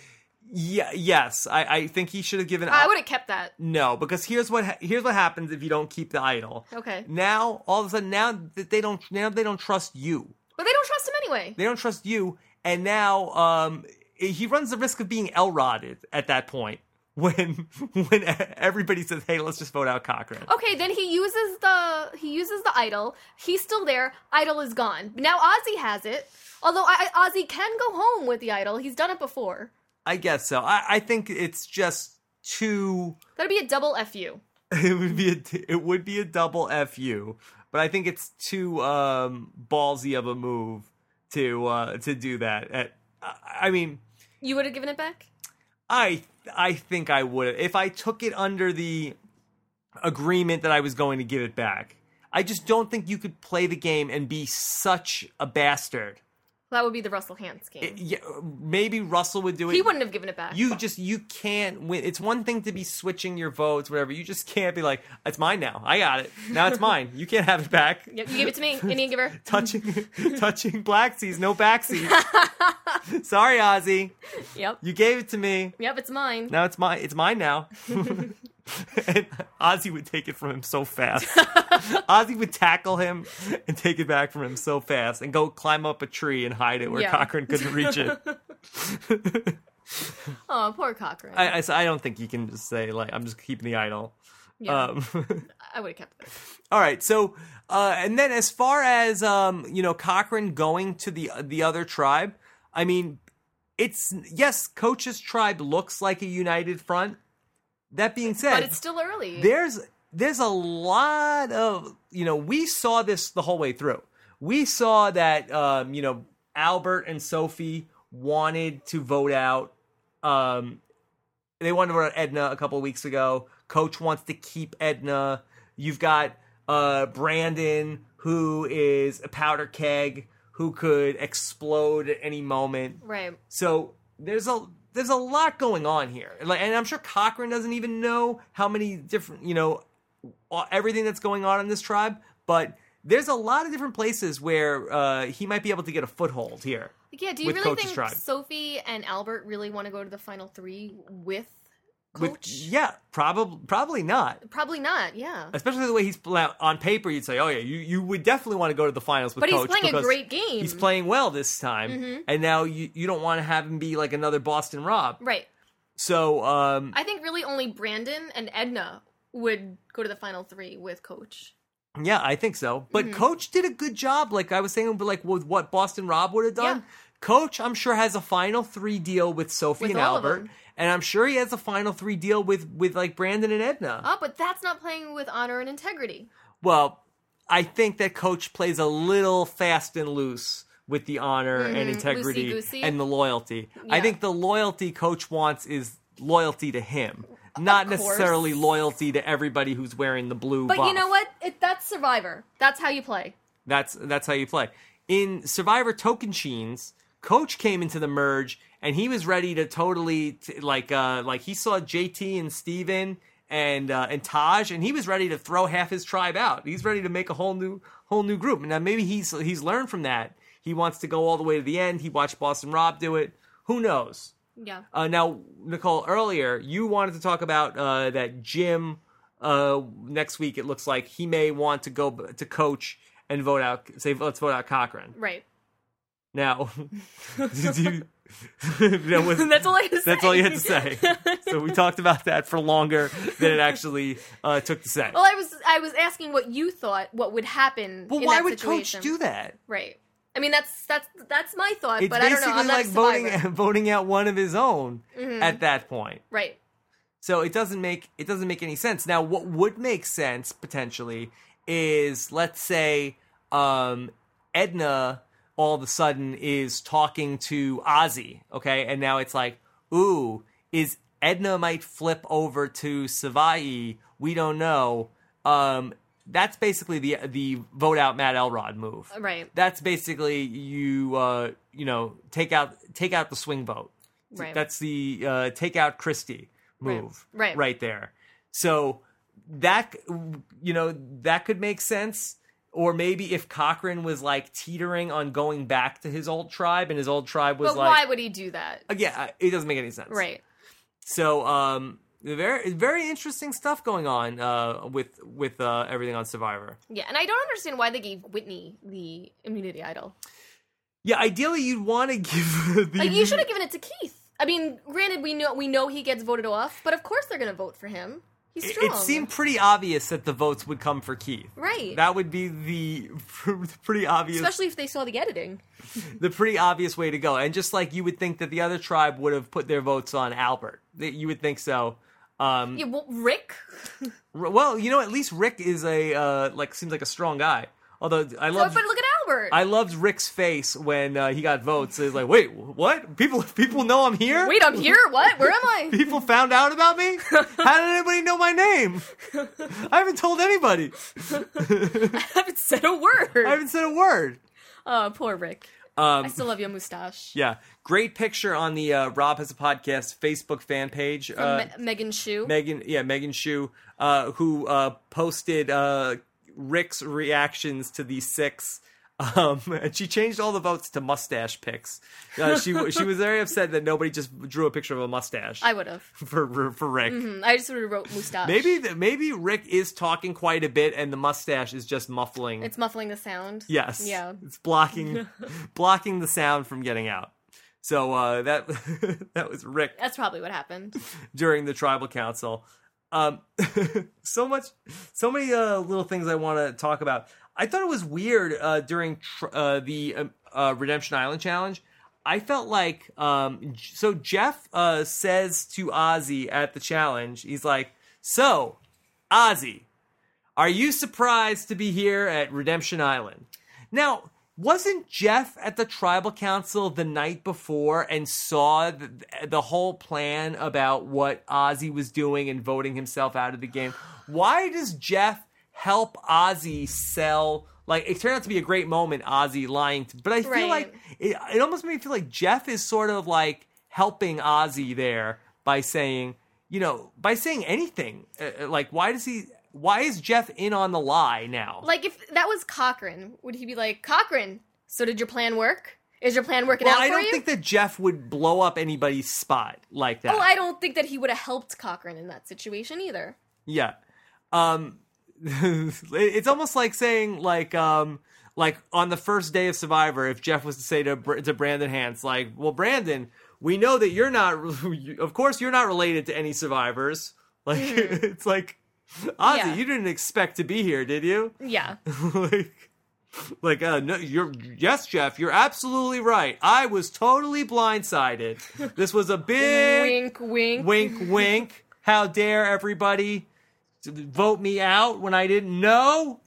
Speaker 1: Yeah, yes, I, I think he should have given.
Speaker 2: I would have kept that.
Speaker 1: No, because here's what ha- here's what happens if you don't keep the idol.
Speaker 2: Okay.
Speaker 1: Now all of a sudden, now that they don't now they don't trust you,
Speaker 2: But they don't trust him anyway.
Speaker 1: they don't trust you, and now um he runs the risk of being Elroded at that point when when everybody says, "Hey, let's just vote out Cochran."
Speaker 2: Okay, then he uses the he uses the idol. He's still there. Idol is gone. Now Ozzy has it. Although I, I- Ozzy can go home with the idol. He's done it before.
Speaker 1: I guess so. I, I think it's just too.
Speaker 2: That'd be a double fu.
Speaker 1: It would be a it would be a double fu, but I think it's too um ballsy of a move to uh to do that. At I I mean.
Speaker 2: You would have given it back.
Speaker 1: I I think I would have if I took it under the agreement that I was going to give it back. I just don't think you could play the game and be such a bastard.
Speaker 2: That would be the Russell Hans game.
Speaker 1: Yeah, maybe Russell would do it.
Speaker 2: he wouldn't have given it back.
Speaker 1: You just you can't win. It's one thing to be switching your votes, whatever. You just can't be like, it's mine now. I got it. Now it's mine. You can't have it back.
Speaker 2: Yep, you gave it to me, Indian giver.
Speaker 1: Touching, touching black seas, no back seas. Sorry, Ozzy.
Speaker 2: Yep.
Speaker 1: You gave it to me.
Speaker 2: Yep, it's mine.
Speaker 1: Now it's mine. It's mine now. and Ozzy would take it from him so fast. Ozzy would tackle him and take it back from him so fast, and go climb up a tree and hide it where
Speaker 2: Yeah.
Speaker 1: Cochran couldn't reach it.
Speaker 2: Oh, poor Cochrane. I,
Speaker 1: I, I, so I don't think you can just say like I'm just keeping the idol.
Speaker 2: yeah,
Speaker 1: Um,
Speaker 2: I would have kept it.
Speaker 1: All right. So, uh, and then as far as um, you know, Cochrane going to the the other tribe. I mean, it's yes, Coach's tribe looks like a united front. That being said,
Speaker 2: But it's still early.
Speaker 1: there's there's a lot of you know we saw this the whole way through we saw that um you know albert and sophie wanted to vote out um they wanted to vote out edna a couple of weeks ago coach wants to keep edna you've got uh brandon who is a powder keg who could explode at any moment
Speaker 2: right.
Speaker 1: so there's a there's a lot going on here, like, and I'm sure Cochrane doesn't even know how many different you know all- everything that's going on in this tribe, but there's a lot of different places where uh, he might be able to get a foothold here.
Speaker 2: Yeah, do you
Speaker 1: with
Speaker 2: really
Speaker 1: Coach's
Speaker 2: think
Speaker 1: tribe.
Speaker 2: Sophie and Albert really want to go to the final three with
Speaker 1: With-
Speaker 2: Coach?
Speaker 1: yeah, probably probably not.
Speaker 2: Probably not, yeah.
Speaker 1: Especially the way he's now, on paper, you'd say, "Oh yeah, you, you would definitely want to go to the finals with
Speaker 2: But he's
Speaker 1: Coach
Speaker 2: playing a
Speaker 1: because
Speaker 2: great Mm-hmm. game.
Speaker 1: he's playing well this time." And now you, you don't want to have him be like another Boston Rob.
Speaker 2: Right.
Speaker 1: So um,
Speaker 2: I think really only Brandon and Edna would go to the final three with Coach.
Speaker 1: Yeah, I think so. But
Speaker 2: Mm-hmm.
Speaker 1: Coach did a good job, like I was saying, but like with what Boston Rob would have done.
Speaker 2: Yeah.
Speaker 1: Coach, I'm sure, has a final three deal with Sophie
Speaker 2: With
Speaker 1: and
Speaker 2: all of
Speaker 1: Albert,
Speaker 2: them.
Speaker 1: and I'm sure he has a final three deal with with like Brandon and Edna.
Speaker 2: Oh, but that's not playing with honor and integrity.
Speaker 1: well, I think that Coach plays a little fast and loose with the honor and integrity
Speaker 2: Mm-hmm. loosey-goosey.
Speaker 1: and the loyalty. I
Speaker 2: Yeah.
Speaker 1: think the loyalty Coach wants is loyalty to him, not
Speaker 2: course.
Speaker 1: necessarily loyalty to everybody who's wearing the blue.
Speaker 2: But you
Speaker 1: buff.
Speaker 2: know what? It, that's Survivor. That's how you play.
Speaker 1: That's that's how you play. In Survivor Token Sheens, Coach came into the merge and he was ready to totally t- like uh like he saw JT and Steven and uh, and Taj and he was ready to throw half his tribe out. He's ready to make a whole new whole new group. Now maybe he's he's learned from that. He wants to go all the way to the end. He watched Boston Rob do it. Who knows?
Speaker 2: Yeah.
Speaker 1: Uh, now, Nicole, earlier you wanted to talk about uh, that Jim. Uh, next week, it looks like he may want to go b- to coach and vote out. Say, let's vote out Cochran.
Speaker 2: Right.
Speaker 1: Now, did you? that was-
Speaker 2: that's all I had to say.
Speaker 1: that's all you had to say. so we talked about that for longer than it actually uh, took to say.
Speaker 2: well, I was I was asking what you thought what would happen.
Speaker 1: But
Speaker 2: in
Speaker 1: why
Speaker 2: that
Speaker 1: would
Speaker 2: situation.
Speaker 1: Coach do that?
Speaker 2: Right. I mean, that's that's that's my thought,
Speaker 1: It's
Speaker 2: but I don't
Speaker 1: basically
Speaker 2: know. I'm not
Speaker 1: like
Speaker 2: a survivor. Mm-hmm.
Speaker 1: voting voting out one of his own at that point.
Speaker 2: Right.
Speaker 1: So it doesn't make it doesn't make any sense. Now, what would make sense potentially is let's say um, Edna all of a sudden is talking to Ozzy, okay, and now it's like, ooh, is Edna might flip over to Savai? We don't know. Um, that's basically the the vote out Matt Elrod move.
Speaker 2: Right.
Speaker 1: That's basically you uh, you know take out take out the swing vote.
Speaker 2: Right.
Speaker 1: That's the uh, take out Christie move
Speaker 2: Right.
Speaker 1: right there. So that you know that could make sense. Or maybe if Cochran was like teetering on going back to his old tribe, and his old tribe was
Speaker 2: But
Speaker 1: like,
Speaker 2: why would he do that?
Speaker 1: yeah, it doesn't make any sense.
Speaker 2: Right.
Speaker 1: So um, very very interesting stuff going on uh, with with uh, everything on Survivor.
Speaker 2: Yeah, and I don't understand why they gave Whitney the immunity idol.
Speaker 1: Yeah, ideally you'd want to give the
Speaker 2: Like you should have given it to Keith. I mean, granted, we know we know he gets voted off, but of course they're gonna vote for him. He's strong.
Speaker 1: It seemed pretty obvious that the votes would come for Keith.
Speaker 2: right,
Speaker 1: That would be the pretty obvious,
Speaker 2: especially if they saw the editing.
Speaker 1: the pretty obvious way to go. And just like you would think that the other tribe would have put their votes on Albert, that you would think so. Um,
Speaker 2: Yeah, well, Rick.
Speaker 1: r- well, you know, at least Rick is a uh, like seems like a strong guy. Although I
Speaker 2: but
Speaker 1: love.
Speaker 2: but look at Albert.
Speaker 1: I loved Rick's face when uh, he got votes. It's like, wait, what? People, people know I'm here.
Speaker 2: Wait, I'm here. What? Where am I?
Speaker 1: people found out about me. How did anybody know my name? I haven't told anybody.
Speaker 2: I haven't said a
Speaker 1: I
Speaker 2: word.
Speaker 1: haven't said a word.
Speaker 2: Oh, poor Rick.
Speaker 1: Um,
Speaker 2: I still love your mustache.
Speaker 1: Yeah, great picture on the uh, Rob has a podcast Facebook fan page.
Speaker 2: From
Speaker 1: Uh,
Speaker 2: Me- Megan Shu.
Speaker 1: Megan, yeah, Megan Shu, uh, who uh, posted uh, Rick's reactions to the six. Um, and she changed all the votes to mustache pics. Uh, she w- she was very upset that nobody just drew a picture of a mustache
Speaker 2: I Mm-hmm. would have. Hmm,
Speaker 1: for for, for Rick.
Speaker 2: I just would have wrote mustache.
Speaker 1: Maybe th- maybe Rick is talking quite a bit, and the mustache is just muffling.
Speaker 2: it's muffling the sound.
Speaker 1: Yes.
Speaker 2: Yeah.
Speaker 1: It's blocking blocking the sound from getting out. So uh, that that was Rick
Speaker 2: That's probably what happened.
Speaker 1: during the tribal council. Um, so much, so many uh, little things I want to talk about. I thought it was weird uh, during tr- uh, the um, uh, Redemption Island challenge. I felt like um, J- so Jeff uh, says to Ozzy at the challenge, he's like, "So, Ozzy, are you surprised to be here at Redemption Island?" Now, wasn't Jeff at the tribal council the night before and saw the, the whole plan about what Ozzy was doing and voting himself out of the game? Why does Jeff help Ozzy sell? Like it turned out to be a great moment, Ozzy lying. To, but I feel
Speaker 2: Right.
Speaker 1: like it, it almost made me feel like Jeff is sort of like helping Ozzy there by saying, you know, by saying anything. Uh, uh, like, why does he? Why is Jeff in on the lie now?
Speaker 2: Like if that was Cochran, would he be like Cochran? So did your plan work? Is your plan working
Speaker 1: Well,
Speaker 2: out
Speaker 1: I
Speaker 2: for
Speaker 1: don't
Speaker 2: you?
Speaker 1: think that Jeff would blow up anybody's spot like that.
Speaker 2: well, I don't think that he would have helped Cochran in that situation either.
Speaker 1: yeah. Um it's almost like saying like um like on the first day of Survivor if Jeff was to say to Br- to Brandon Hans like, "Well, Brandon, we know that you're not of course you're not related to any survivors." Like it's like Ozzy,
Speaker 2: Yeah.
Speaker 1: you didn't expect to be here, did you?
Speaker 2: Yeah,
Speaker 1: like like uh no you're yes jeff you're absolutely right i was totally blindsided this was a big
Speaker 2: wink, wink.
Speaker 1: wink wink how dare everybody to vote me out when i didn't know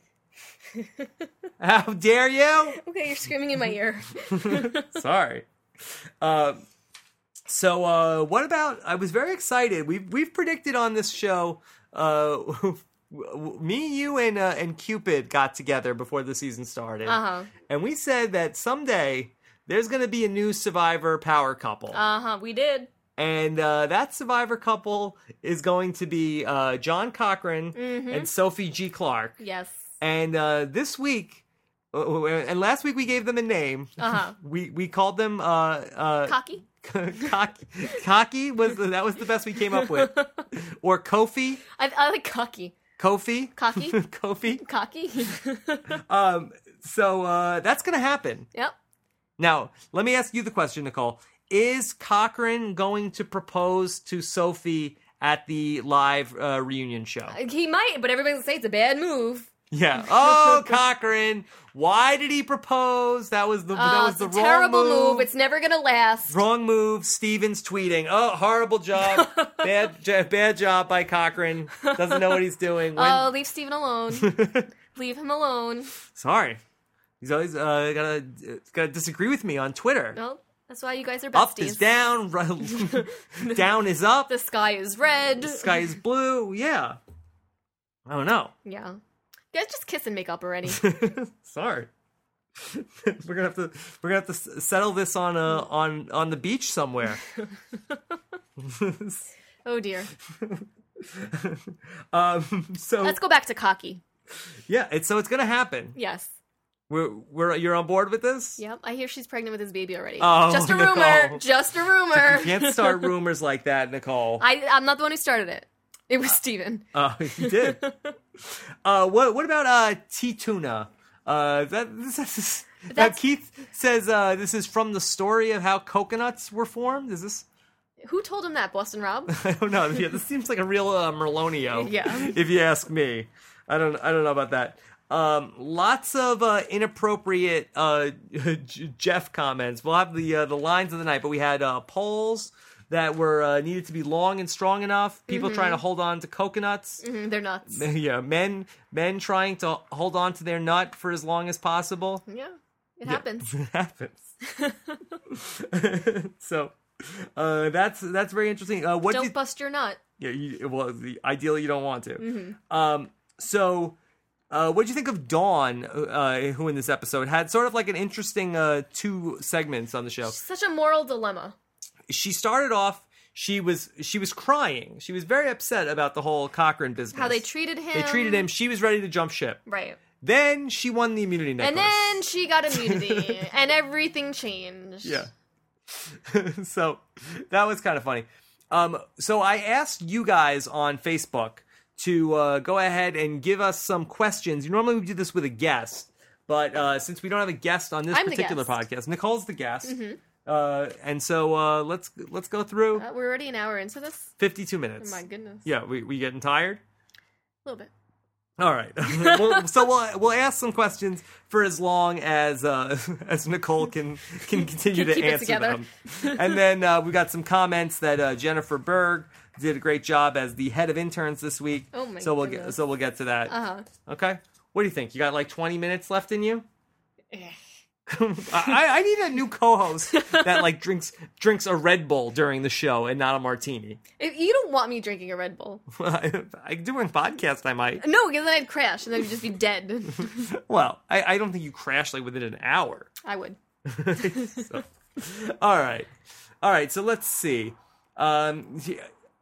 Speaker 1: how dare you
Speaker 2: Okay, you're screaming in my ear.
Speaker 1: sorry uh, so uh what about i was very excited we've we've predicted on this show uh me you and uh, and cupid got together before the season started
Speaker 2: Uh huh.
Speaker 1: and we said that someday there's going to be a new survivor power couple
Speaker 2: Uh huh. We did.
Speaker 1: and uh, that survivor couple is going to be uh,
Speaker 2: Mm-hmm.
Speaker 1: john cochran and sophie g clark
Speaker 2: Yes.
Speaker 1: and uh, this week Uh, And last week we gave them a name.
Speaker 2: Uh-huh.
Speaker 1: We we called them uh uh
Speaker 2: Cocky.
Speaker 1: cocky. Cocky was the, that was the best we came up with. Or Kofi,
Speaker 2: I, I like cocky.
Speaker 1: Kofi,
Speaker 2: Cocky?
Speaker 1: Kofi.
Speaker 2: Cocky.
Speaker 1: Um, so uh, that's gonna happen.
Speaker 2: yep.
Speaker 1: Now let me ask you the question, Nicole. Is Cochran going to propose to Sophie at the live uh, reunion show?
Speaker 2: He might, but everybody's gonna say it's a bad move.
Speaker 1: Yeah. Oh, Cochran, why did he propose? That was the that
Speaker 2: Uh,
Speaker 1: was the
Speaker 2: it's a
Speaker 1: wrong
Speaker 2: terrible
Speaker 1: move.
Speaker 2: It's never gonna last.
Speaker 1: Wrong move. Stevens tweeting. Oh, horrible job. bad, jo- bad job by Cochran. Doesn't know what he's doing. When-
Speaker 2: Uh, leave Steven alone. leave him alone.
Speaker 1: Sorry, he's always uh, gotta gotta disagree with me on Twitter.
Speaker 2: No, that's why you guys are Oh, besties.
Speaker 1: up is down. ri- down is up.
Speaker 2: The sky is red.
Speaker 1: sky is blue. Yeah. I don't know.
Speaker 2: Yeah. Guys, just kiss and make up already.
Speaker 1: Sorry. we're gonna have to we're gonna have to s- settle this on a on on the beach somewhere.
Speaker 2: oh dear.
Speaker 1: um, so
Speaker 2: Let's go back to cocky.
Speaker 1: yeah, it's so it's gonna happen.
Speaker 2: Yes.
Speaker 1: We're we're you're on board with this.
Speaker 2: Yep. I hear she's pregnant with his baby already.
Speaker 1: Oh,
Speaker 2: just a
Speaker 1: Nicole.
Speaker 2: rumor. Just a rumor.
Speaker 1: You can't start rumors like that, Nicole.
Speaker 2: I, I'm not the one who started it. It was Steven.
Speaker 1: Uh, you did. Uh, what what about uh, T tuna? Uh, that this is, now
Speaker 2: That's-
Speaker 1: Keith says uh, this is from the story of how coconuts were formed. Is this?
Speaker 2: Who told him that? Boston Rob?
Speaker 1: I don't know. Yeah, this seems like a real uh, Merlonio.
Speaker 2: Yeah.
Speaker 1: If you ask me, I don't. I don't know about that. Um, lots of uh, inappropriate uh, J- Jeff comments. We'll have the uh, the lines of the night, but we had uh, polls that were uh, needed to be long and strong enough. People trying to hold on to coconuts.
Speaker 2: Mm-hmm. Mm, They're nuts.
Speaker 1: yeah, men men trying to hold on to their nut for as long as possible.
Speaker 2: Yeah. It happens.
Speaker 1: It happens. so. Uh, that's that's very interesting. Uh, what
Speaker 2: Don't
Speaker 1: did-
Speaker 2: bust your nut.
Speaker 1: yeah, you, well, the, ideally you don't want to.
Speaker 2: Mm-hmm.
Speaker 1: Um, so, uh, what do you think of Dawn, uh, who in this episode had sort of like an interesting uh, two segments on the show?
Speaker 2: Such a moral dilemma.
Speaker 1: She started off. She was she was crying. She was very upset about the whole Cochrane business.
Speaker 2: How they treated him.
Speaker 1: They treated him. She was ready to jump ship.
Speaker 2: Right.
Speaker 1: Then she won the immunity necklace.
Speaker 2: And then she got immunity, and everything changed.
Speaker 1: Yeah. so that was kind of funny. Um, so I asked you guys on Facebook to uh, go ahead and give us some questions. You normally we do this with a guest, but uh, since we don't have a guest on this
Speaker 2: I'm the
Speaker 1: particular
Speaker 2: guest. Mm-hmm.
Speaker 1: podcast, Nicole's the guest. Uh, and so uh, let's let's go through
Speaker 2: Uh, we're already an hour into this.
Speaker 1: 52
Speaker 2: Oh
Speaker 1: minutes.
Speaker 2: my goodness.
Speaker 1: yeah, we we getting tired?
Speaker 2: A little bit.
Speaker 1: All right. We'll- so we'll we'll ask some questions for as long as uh, as Nicole can can continue
Speaker 2: Can
Speaker 1: to
Speaker 2: keep it
Speaker 1: answer
Speaker 2: together.
Speaker 1: them. And then uh, we got some comments that uh, Jennifer Berg did a great job as the head of interns this week.
Speaker 2: Oh my
Speaker 1: So we'll get
Speaker 2: goodness.
Speaker 1: so we'll get to that.
Speaker 2: Uh huh.
Speaker 1: Okay. What do you think? You got like 20 minutes left in you? Eh. I, I need a new co-host that like drinks drinks a Red Bull during the show and not a martini.
Speaker 2: If you don't want me drinking a Red Bull.
Speaker 1: I doing podcast, I might.
Speaker 2: No, because then I'd crash and then I'd just be dead.
Speaker 1: Well, I, I don't think you crash like within an hour.
Speaker 2: I would.
Speaker 1: So- all right, all right. So let's see. Um,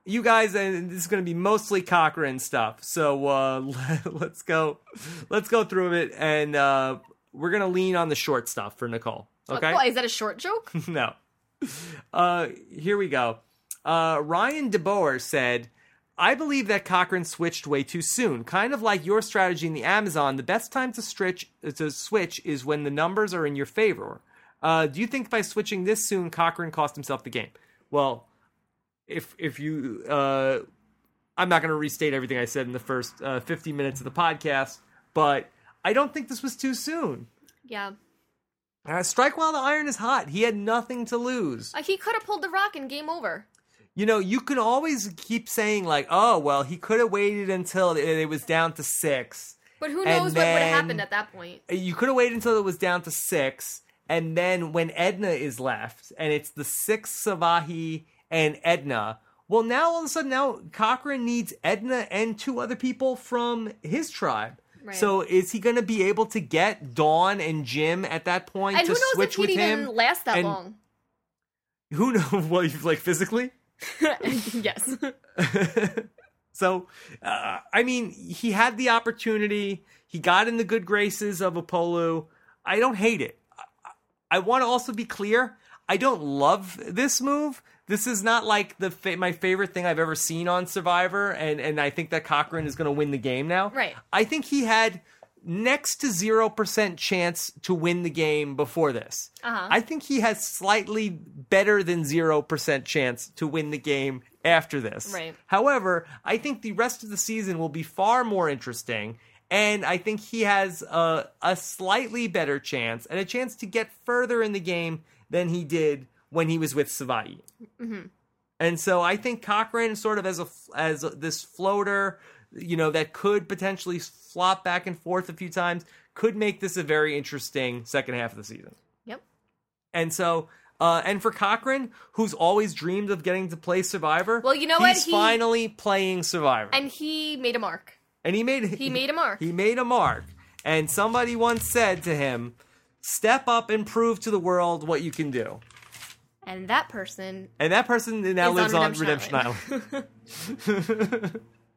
Speaker 1: you guys, and this is going to be mostly Cochrane stuff. So uh, let's go, let's go through it, and uh, we're going to lean on the short stuff for Nicole. Okay?
Speaker 2: Why, is that a short joke?
Speaker 1: no. Uh, here we go. Uh, Ryan DeBoer said, I believe that Cochrane switched way too soon. Kind of like your strategy in the Amazon, the best time to, stretch, to switch is when the numbers are in your favor. Uh, do you think by switching this soon, Cochrane cost himself the game? Well, if if you, uh, I'm not going to restate everything I said in the first uh, 50 minutes of the podcast, but I don't think this was too soon.
Speaker 2: Yeah.
Speaker 1: Uh, strike while the iron is hot. He had nothing to lose.
Speaker 2: Uh, he could have pulled the rock and game over.
Speaker 1: You know, you can always keep saying like, "Oh, well, he could have waited until it- it was down to six.
Speaker 2: But who
Speaker 1: And
Speaker 2: knows what would
Speaker 1: then-
Speaker 2: have happened at that point?
Speaker 1: You could have waited until it was down to six, and then when Edna is left, and it's the six Savahi and Edna. Well, now all of a sudden, now Cochrane needs Edna and two other people from his tribe.
Speaker 2: Right.
Speaker 1: So is he going to be able to get Dawn and Jim at that point
Speaker 2: And
Speaker 1: to
Speaker 2: who knows if
Speaker 1: switch
Speaker 2: he'd
Speaker 1: with him?
Speaker 2: even last that
Speaker 1: and-
Speaker 2: long?
Speaker 1: Who knows? Well, you like physically.
Speaker 2: yes.
Speaker 1: So, uh, I mean, he had the opportunity. He got in the good graces of Apollo. I don't hate it. I, I want to also be clear. I don't love this move. This is not like the fa- my favorite thing I've ever seen on Survivor, and and I think that Cochran is going to win the game now.
Speaker 2: Right.
Speaker 1: I think he had next to zero percent chance to win the game before this.
Speaker 2: Uh-huh.
Speaker 1: I think he has slightly better than zero percent chance to win the game after this.
Speaker 2: Right.
Speaker 1: However, I think the rest of the season will be far more interesting. And I think he has a, a slightly better chance and a chance to get further in the game than he did when he was with Savai. And so I think Cochran, sort of as a as this floater, you know, that could potentially flop back and forth a few times, could make this a very interesting second half of the season.
Speaker 2: Yep.
Speaker 1: And so, uh, and for Cochran, who's always dreamed of getting to play Survivor,
Speaker 2: Well, you know
Speaker 1: he's
Speaker 2: what? He-
Speaker 1: finally playing Survivor,
Speaker 2: And he made a mark.
Speaker 1: and he made
Speaker 2: He made a mark.
Speaker 1: he made a mark. And somebody once said to him, "Step up and prove to the world what you can do."
Speaker 2: And that person
Speaker 1: And that person now
Speaker 2: is
Speaker 1: lives
Speaker 2: on
Speaker 1: on Redemption Island.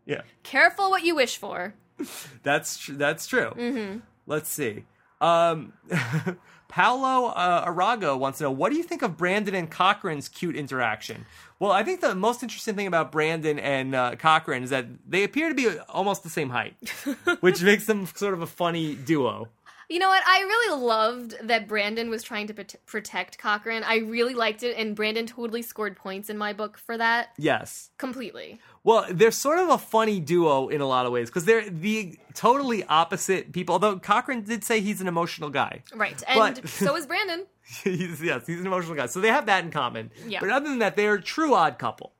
Speaker 1: yeah.
Speaker 2: Careful what you wish for.
Speaker 1: That's tr- that's true. Let's see. Um, Paolo uh, Arago wants to know what do you think of Brandon and Cochran's cute interaction? Well, I think the most interesting thing about Brandon and uh, Cochran is that they appear to be almost the same height, which makes them sort of a funny duo.
Speaker 2: You know what? I really loved that Brandon was trying to prote- protect Cochran. I really liked it, and Brandon totally scored points in my book for that
Speaker 1: Yes.
Speaker 2: completely.
Speaker 1: Well, they're sort of a funny duo in a lot of ways because they're the totally opposite people. Although Cochran did say he's an emotional guy.
Speaker 2: Right. And
Speaker 1: But-
Speaker 2: so is Brandon.
Speaker 1: he's yes, he's an emotional guy. So they have that in common.
Speaker 2: Yeah.
Speaker 1: But other than that, they are a true odd couple.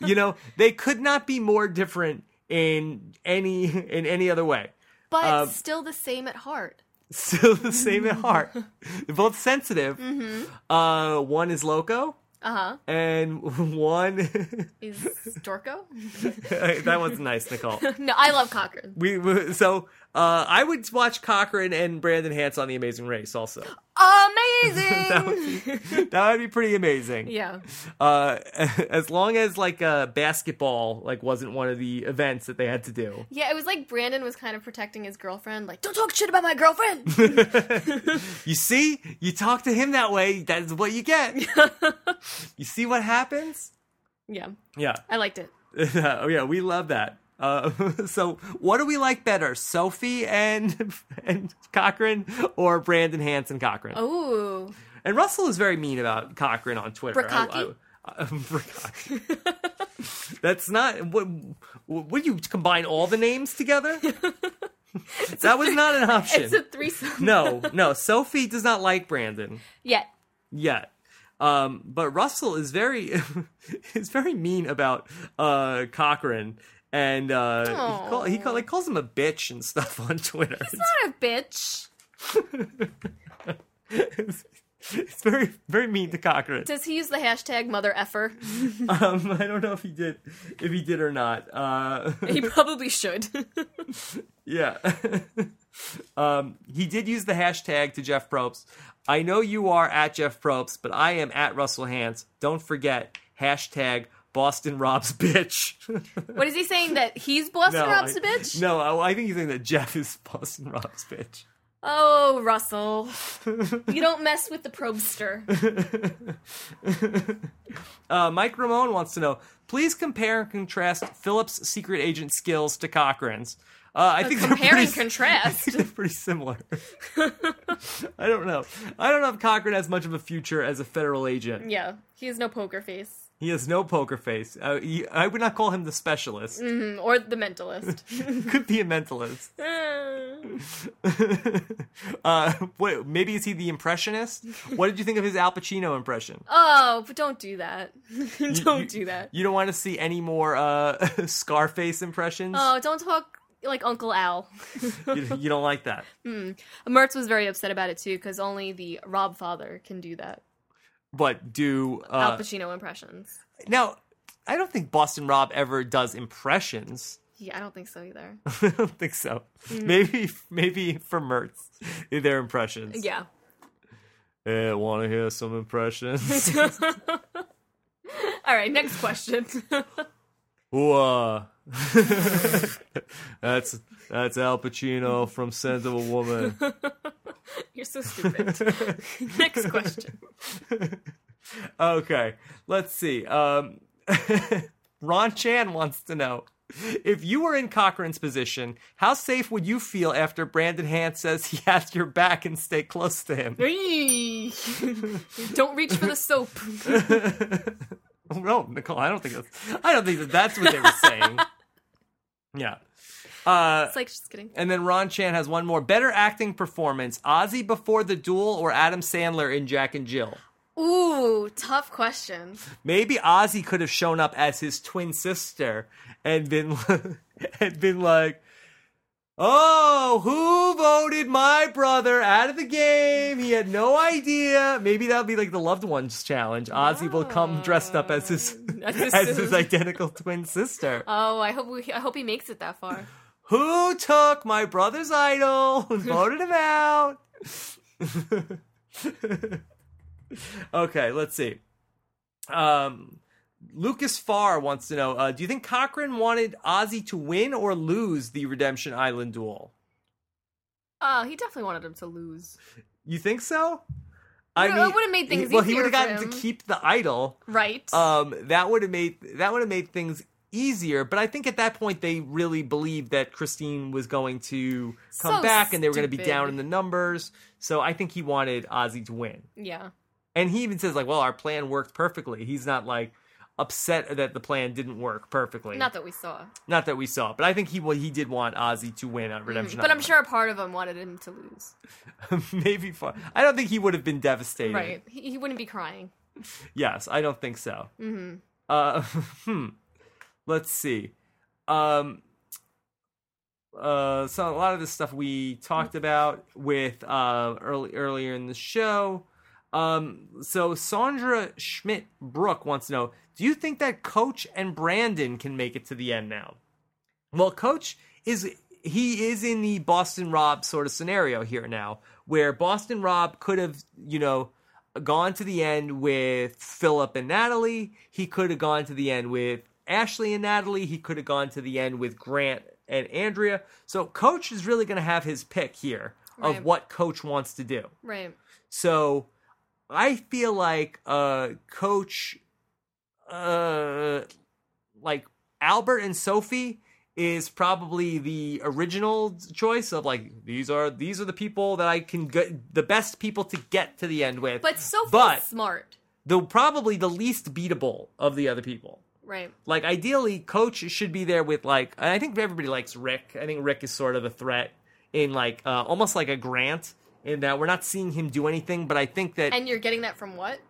Speaker 1: you know, they could not be more different in any in any other way.
Speaker 2: But
Speaker 1: Um,
Speaker 2: still the same at heart.
Speaker 1: Still the same at heart. They're both sensitive. Uh, one is loco,
Speaker 2: Uh huh.
Speaker 1: and one
Speaker 2: Is Dorco?
Speaker 1: that one's nice, Nicole.
Speaker 2: no, I love Cochran.
Speaker 1: We, we so uh, I would watch Cochran and Brandon Hance on The Amazing Race. Also,
Speaker 2: Amazing.
Speaker 1: that would be, that would be pretty amazing.
Speaker 2: yeah.
Speaker 1: uh, as long as like uh, basketball like wasn't one of the events that they had to do.
Speaker 2: Yeah, it was like Brandon was kind of protecting his girlfriend. Like, don't talk shit about my girlfriend.
Speaker 1: You see, you talk to him that way, that's what you get. you see what happens?
Speaker 2: yeah,
Speaker 1: Yeah,
Speaker 2: I liked it.
Speaker 1: oh yeah, we love that. Uh, so, what do we like better, Sophie and and Cochran, or Brandon Hanson Cochran?
Speaker 2: Oh,
Speaker 1: And Russell is very mean about Cochran on Twitter.
Speaker 2: Brococki?
Speaker 1: I- I- Brococki. That's not. What, would you combine all the names together? that was not an
Speaker 2: it's a
Speaker 1: option.
Speaker 2: threesome.
Speaker 1: no, no. Sophie does not like Brandon
Speaker 2: Yeah.
Speaker 1: yet. Um, but Russell is very is very mean about uh, Cochran, and uh, he, call, he call, like calls him a bitch and stuff on Twitter.
Speaker 2: Not a bitch.
Speaker 1: It's, it's very very mean to Cochran.
Speaker 2: Does he use the hashtag mother effer?
Speaker 1: Um, I don't know if he did, if he did or not. Uh,
Speaker 2: he probably should.
Speaker 1: yeah. um, he did use the hashtag to Jeff Probst. I know you are at Jeff Probst, but I am at Russell Hans. Don't forget hashtag Boston Rob's bitch.
Speaker 2: what is he saying? That he's Boston Rob's
Speaker 1: I,
Speaker 2: a bitch?
Speaker 1: No, I, I think he's saying that Jeff is Boston Rob's bitch.
Speaker 2: Oh, Russell. you don't mess with the probster.
Speaker 1: Uh, Mike Ramone wants to know. Please compare and contrast Phillips' secret agent skills to Cochran's. Uh, I think they're
Speaker 2: Compare
Speaker 1: pretty
Speaker 2: and contrast.
Speaker 1: think they're pretty similar. I don't know. I don't know if Cochran has much of a future as a federal agent.
Speaker 2: yeah, he has no poker face.
Speaker 1: He has no poker face. Uh, he, I would not call him the specialist.
Speaker 2: Mm, Or the mentalist.
Speaker 1: Could be a mentalist.
Speaker 2: Mm.
Speaker 1: uh, wait, maybe is he the impressionist? What did you think of his Al Pacino impression?
Speaker 2: oh, but don't do that. don't do that.
Speaker 1: You don't want to see any more uh, Scarface impressions.
Speaker 2: Oh, don't talk like Uncle Al.
Speaker 1: You, you don't like that.
Speaker 2: Mertz was very upset about it too, because only the Rob father can do that
Speaker 1: But do
Speaker 2: Al
Speaker 1: uh,
Speaker 2: Pacino impressions.
Speaker 1: now. I don't think Boston Rob ever does impressions.
Speaker 2: Yeah, I don't think so either.
Speaker 1: I don't think so.
Speaker 2: Mm.
Speaker 1: Maybe maybe for Mertz, their impressions.
Speaker 2: Yeah.
Speaker 1: Eh, want to hear some impressions?
Speaker 2: All right, next question.
Speaker 1: Whoa. that's that's Al Pacino from Scent of a Woman.
Speaker 2: You're so stupid. Next question.
Speaker 1: okay, let's see. Um, Ron Chan wants to know if you were in Cochran's position, how safe would you feel after Brandon Hand says he has your back and stay close to him?
Speaker 2: Don't reach for the soap.
Speaker 1: no, Nicole, I don't think that's, I don't think that that's what they were saying. yeah. Uh,
Speaker 2: It's like just kidding.
Speaker 1: and then Ron Chan has one more better acting performance: Ozzy before the duel or Adam Sandler in Jack and Jill.
Speaker 2: Ooh, tough question.
Speaker 1: Maybe Ozzy could have shown up as his twin sister and been and been like, "Oh, who voted my brother out of the game? He had no idea." Maybe that'll be like the loved ones challenge. Ozzy will come dressed up as his
Speaker 2: As his
Speaker 1: as his
Speaker 2: sister.
Speaker 1: identical twin sister.
Speaker 2: Oh, I hope we, I hope he makes it that far.
Speaker 1: Who took my brother's idol and voted him out? okay, let's see. Um, Lucas Farr wants to know uh, Do you think Cochran wanted Ozzy to win or lose the Redemption Island duel?
Speaker 2: Uh, he definitely wanted him to lose.
Speaker 1: You think so?
Speaker 2: Well, it would've made things
Speaker 1: he- Well, he
Speaker 2: easier
Speaker 1: would have
Speaker 2: for
Speaker 1: gotten
Speaker 2: him.
Speaker 1: to keep the idol.
Speaker 2: Right.
Speaker 1: Um, that would have made that would have made things easier. But I think at that point they really believed that Christine was going to come
Speaker 2: So
Speaker 1: back and they were going to be
Speaker 2: stupid.
Speaker 1: down in the numbers. So I think he wanted Ozzy to win.
Speaker 2: yeah.
Speaker 1: And he even says like, "Well, our plan worked perfectly." He's not like upset that the plan didn't work perfectly.
Speaker 2: Not that we saw.
Speaker 1: Not that we saw, but I think he well, he did want Ozzy to win on Redemption.
Speaker 2: Mm, But I'm
Speaker 1: Island.
Speaker 2: sure a part of him wanted him to lose.
Speaker 1: maybe far. I don't think he would have been devastated.
Speaker 2: Right. He, he wouldn't be crying.
Speaker 1: Yes, I don't think so. Mm-hmm. Uh, hmm. Let's see. Um, uh, so a lot of this stuff we talked about with uh, early earlier in the show. Um, so Sandra Schmidt Brook wants to know: Do you think that Coach and Brandon can make it to the end now? Well, Coach is he is in the Boston Rob sort of scenario here now, where Boston Rob could have, you know, gone to the end with Philip and Natalie. He could have gone to the end with Ashley and Natalie. He could have gone to the end with Grant and Andrea. So Coach is really going to have his pick here of
Speaker 2: Right.
Speaker 1: what Coach wants to do.
Speaker 2: Right.
Speaker 1: So I feel like uh coach uh like Albert and Sophie is probably the original choice of like these are these are the people that I can get the best people to get to the end with.
Speaker 2: But Sophie's
Speaker 1: But-
Speaker 2: smart.
Speaker 1: though probably the least beatable of the other people.
Speaker 2: Right.
Speaker 1: Like ideally coach should be there with like and I think everybody likes Rick. I think Rick is sort of a threat in like uh, almost like a grant in that we're not seeing him do anything, but I think that
Speaker 2: And you're getting that from what?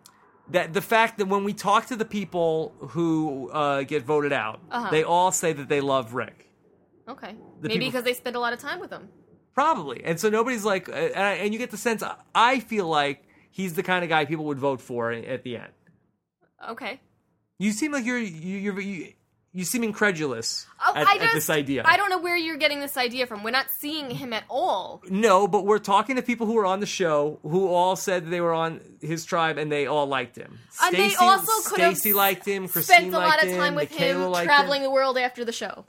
Speaker 1: that the fact that when we talk to the people who uh, get voted out,
Speaker 2: Uh-huh.
Speaker 1: they all say that they love Rick.
Speaker 2: Okay.
Speaker 1: The
Speaker 2: Maybe
Speaker 1: people-
Speaker 2: because they spend a lot of time with him.
Speaker 1: Probably. And so nobody's like, uh, and, I, and you get the sense, I feel like he's the kind of guy people would vote for at the end.
Speaker 2: Okay.
Speaker 1: You seem like you're, you, you're, you, you seem incredulous
Speaker 2: Oh,
Speaker 1: at,
Speaker 2: I
Speaker 1: at
Speaker 2: just-
Speaker 1: this idea.
Speaker 2: I don't know where you're getting this idea from. We're not seeing him at all.
Speaker 1: no, but we're talking to people who were on the show who all said that they were on his tribe and they all liked him.
Speaker 2: And they
Speaker 1: Stacy-
Speaker 2: also could have
Speaker 1: Stacy liked him. Christine
Speaker 2: Spends a lot
Speaker 1: liked
Speaker 2: of time
Speaker 1: him,
Speaker 2: with
Speaker 1: Michaela
Speaker 2: him
Speaker 1: liked
Speaker 2: traveling the world after the show.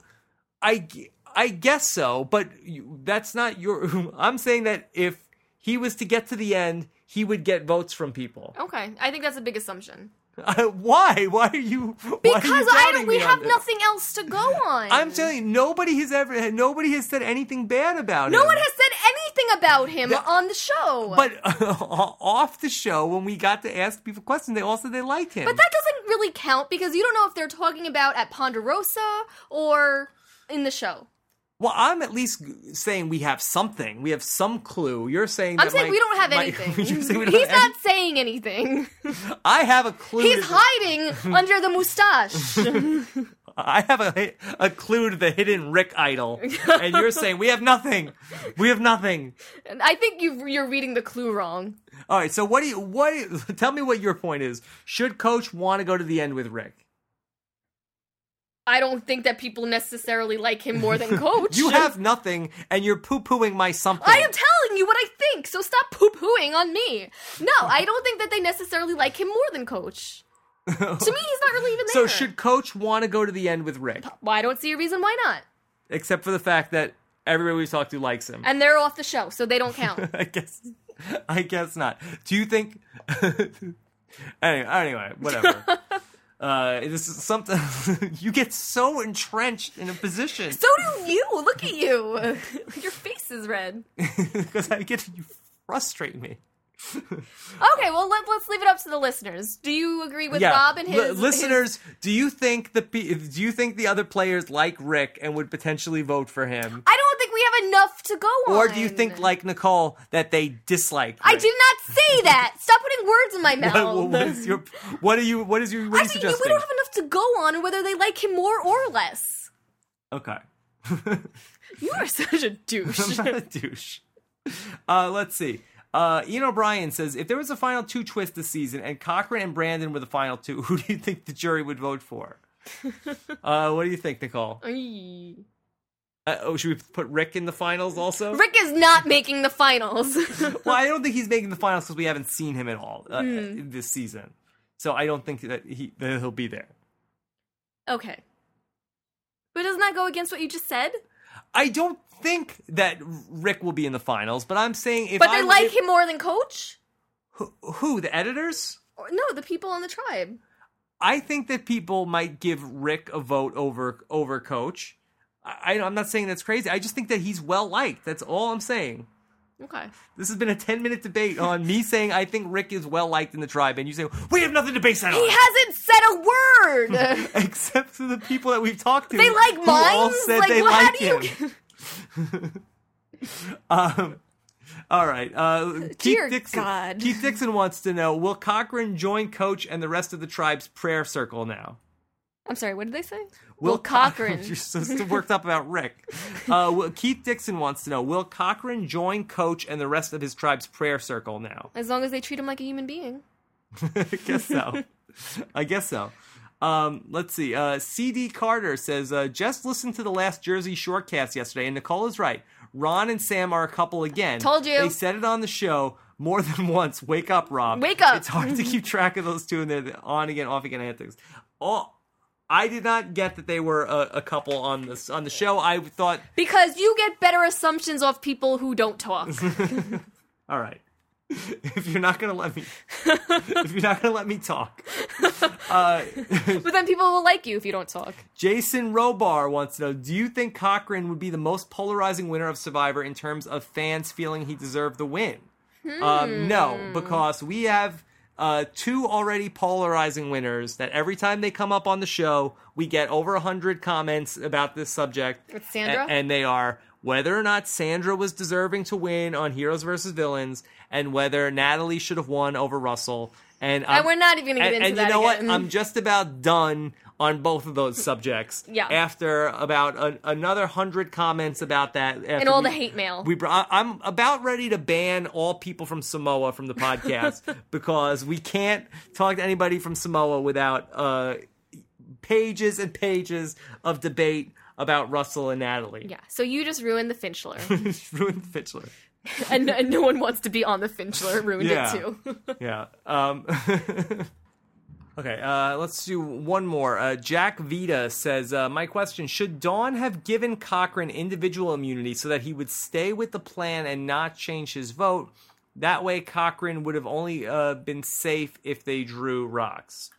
Speaker 1: I, g- I guess so, but you, that's not your. I'm saying that if he was to get to the end, he would get votes from people.
Speaker 2: Okay. I think that's a big assumption.
Speaker 1: I- why? Why are you?
Speaker 2: Because
Speaker 1: why are you
Speaker 2: I
Speaker 1: doubting
Speaker 2: don't, we
Speaker 1: me on
Speaker 2: have
Speaker 1: this?
Speaker 2: nothing else to go on.
Speaker 1: I'm telling you, nobody has ever. Nobody has said anything bad about him.
Speaker 2: No one has said anything about him
Speaker 1: That-
Speaker 2: on the show.
Speaker 1: But off the show, when we got to ask people questions, they all said they liked him.
Speaker 2: But that doesn't really count because you don't know if they're talking about at Ponderosa or in the show.
Speaker 1: well, I'm at least g- saying we have something. We have some clue. You're saying
Speaker 2: I'm
Speaker 1: that
Speaker 2: saying
Speaker 1: my-
Speaker 2: we don't have
Speaker 1: my-
Speaker 2: anything.
Speaker 1: you're saying we don't
Speaker 2: He's
Speaker 1: have
Speaker 2: not saying anything.
Speaker 1: any- I have a clue. to
Speaker 2: He's
Speaker 1: this.
Speaker 2: hiding under the mustache.
Speaker 1: I have a, a clue to the hidden Rick idol, and you're saying we have nothing. We have nothing.
Speaker 2: And I think you you're reading the clue wrong.
Speaker 1: All right. So what do you what? do you- Tell me what your point is. Should Coach want to go to the end with Rick?
Speaker 2: I don't think that people necessarily like him more than Coach.
Speaker 1: You have nothing, and you're poo pooing my something.
Speaker 2: I am telling you what I think, so stop poo pooing on me. No, I don't think that they necessarily like him more than Coach. to me, he's not really even
Speaker 1: so
Speaker 2: there.
Speaker 1: should Coach want to go to the end with Rick?
Speaker 2: well, I don't see a reason why not.
Speaker 1: Except for the fact that everybody we've talked to likes him.
Speaker 2: And they're off the show, so they don't count.
Speaker 1: I guess. I guess not. Do you think? anyway, anyway, whatever. Uh, it is something you get so entrenched in a position
Speaker 2: So do you. Look at you. Your face is red.
Speaker 1: because I get you frustrate me.
Speaker 2: Okay, well let, let's leave it up to the listeners. Do you agree with Rob and his
Speaker 1: Li- listeners, do you think the pe- do you think the other players like Rick and would potentially vote for him,
Speaker 2: I don't think we have enough to go on.
Speaker 1: or do you think like Nicole that they dislike?
Speaker 2: I
Speaker 1: Rick?
Speaker 2: did not say that. Stop putting words in my
Speaker 1: What, what-
Speaker 2: mouth.
Speaker 1: what is your what are you what is your what are
Speaker 2: I
Speaker 1: you
Speaker 2: think
Speaker 1: suggesting?
Speaker 2: we don't have enough to go on, and whether they like him more or less.
Speaker 1: okay,
Speaker 2: You are such a douche.
Speaker 1: I'm not a douche. Uh, let's see. Uh, Ian O'Brien says if there was a final two twist this season and Cochran and Brandon were the final two, who do you think the jury would vote for? uh, what do you think, Nicole?
Speaker 2: Oy.
Speaker 1: Uh, oh, should we put Rick in the finals also?
Speaker 2: Rick is not making the finals.
Speaker 1: well, I don't think he's making the finals because we haven't seen him at all uh,
Speaker 2: Hmm.
Speaker 1: this season. So I don't think that he that he'll be there.
Speaker 2: okay. But doesn't that go against what you just said?
Speaker 1: I don't think that Rick will be in the finals, but I'm saying if
Speaker 2: But
Speaker 1: I
Speaker 2: they
Speaker 1: were-
Speaker 2: like him more than Coach?
Speaker 1: who, who the editors,
Speaker 2: Or, no, the people on the tribe.
Speaker 1: I think that people might give Rick a vote over over Coach. I, I- I'm not saying that's crazy. I just think that he's well liked. That's all I'm saying.
Speaker 2: Okay.
Speaker 1: This has been a 10 minute debate on me saying I think Rick is well liked in the tribe, and you say we have nothing to base that on.
Speaker 2: He hasn't said a word!
Speaker 1: except for the people that we've talked to.
Speaker 2: They like
Speaker 1: who all
Speaker 2: mimes?
Speaker 1: said
Speaker 2: Like,
Speaker 1: they
Speaker 2: well, how
Speaker 1: like
Speaker 2: do you
Speaker 1: him. um, all right. Uh,
Speaker 2: Dear
Speaker 1: Keith Dixon.
Speaker 2: God.
Speaker 1: Keith Dixon wants to know: Will Cochran join Coach and the rest of the tribe's prayer circle now?
Speaker 2: I'm sorry, what did they say?
Speaker 1: Will
Speaker 2: Will Cochran.
Speaker 1: You're so so worked up about Rick. Uh, will, Keith Dixon wants to know: Will Cochran join Coach and the rest of his tribe's prayer circle now?
Speaker 2: As long as they treat him like a human being.
Speaker 1: I guess so. I guess so. Um, let's see. Uh, CD Carter says, uh, just listen to the last Jersey Shore cast yesterday, and Nicole is right. Ron and Sam are a couple again.
Speaker 2: Told you.
Speaker 1: They said it on the show more than once. Wake up, Rob.
Speaker 2: Wake up.
Speaker 1: It's hard to keep track of those two and their on again, off again antics. Oh, I did not get that they were a, a couple on this on the show. I thought,
Speaker 2: Because you get better assumptions off people who don't talk.
Speaker 1: all right, if you're not gonna let me, if you're not gonna let me talk, uh,
Speaker 2: but then people will like you if you don't talk.
Speaker 1: Jason Robar wants to know Do you think Cochran would be the most polarizing winner of Survivor in terms of fans feeling he deserved the win? Um,
Speaker 2: Hmm.
Speaker 1: no, because we have uh, two already polarizing winners that every time they come up on the show, we get over 100 comments about this subject.
Speaker 2: With Sandra?
Speaker 1: A- and they are whether or not Sandra was deserving to win on Heroes versus Villains and whether Natalie should have won over Russell. And, I'm-
Speaker 2: And we're not even gonna get
Speaker 1: and,
Speaker 2: into
Speaker 1: and
Speaker 2: that
Speaker 1: you know
Speaker 2: again.
Speaker 1: what? I'm just about done on both of those subjects.
Speaker 2: Yeah.
Speaker 1: After about an another hundred comments about that,
Speaker 2: And all the hate mail.
Speaker 1: We, br- I- I'm about ready to ban all people from Samoa from the podcast because we can't talk to anybody from Samoa without uh, pages and pages of debate about Russell and Natalie.
Speaker 2: yeah, so you just ruined the Finchler.
Speaker 1: Ruined Fitchler.
Speaker 2: and, and no one wants to be on the Finchler. Ruined
Speaker 1: Yeah.
Speaker 2: it too.
Speaker 1: Yeah. Um, okay, uh, let's do one more. Uh, Jack Vita says uh, My question Should Dawn have given Cochran individual immunity so that he would stay with the plan and not change his vote? That way, Cochran would have only uh, been safe if they drew rocks.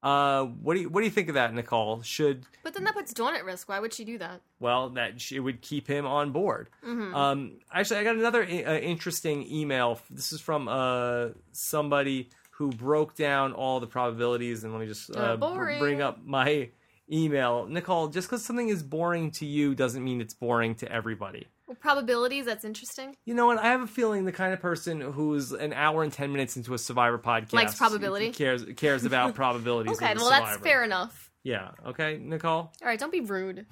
Speaker 1: Uh, what do you what do you think of that, Nicole? Should
Speaker 2: but then that puts Dawn at risk. Why would she do that?
Speaker 1: well that sh- it would keep him on board
Speaker 2: Mm-hmm.
Speaker 1: um, actually i got another i- uh, interesting email this is from uh, somebody who broke down all the probabilities and let me just uh,
Speaker 2: Uh,
Speaker 1: br-
Speaker 2: boring.
Speaker 1: bring up my email nicole just because something is boring to you doesn't mean it's boring to everybody
Speaker 2: Well, probabilities, that's interesting.
Speaker 1: you know what? I have a feeling the kind of person who's an hour and ten minutes into a Survivor podcast
Speaker 2: Likes probability?
Speaker 1: cares cares about probabilities.
Speaker 2: Okay,
Speaker 1: of the
Speaker 2: well, that's
Speaker 1: Survivor.
Speaker 2: fair enough.
Speaker 1: Yeah. Okay, Nicole.
Speaker 2: All right, don't be rude.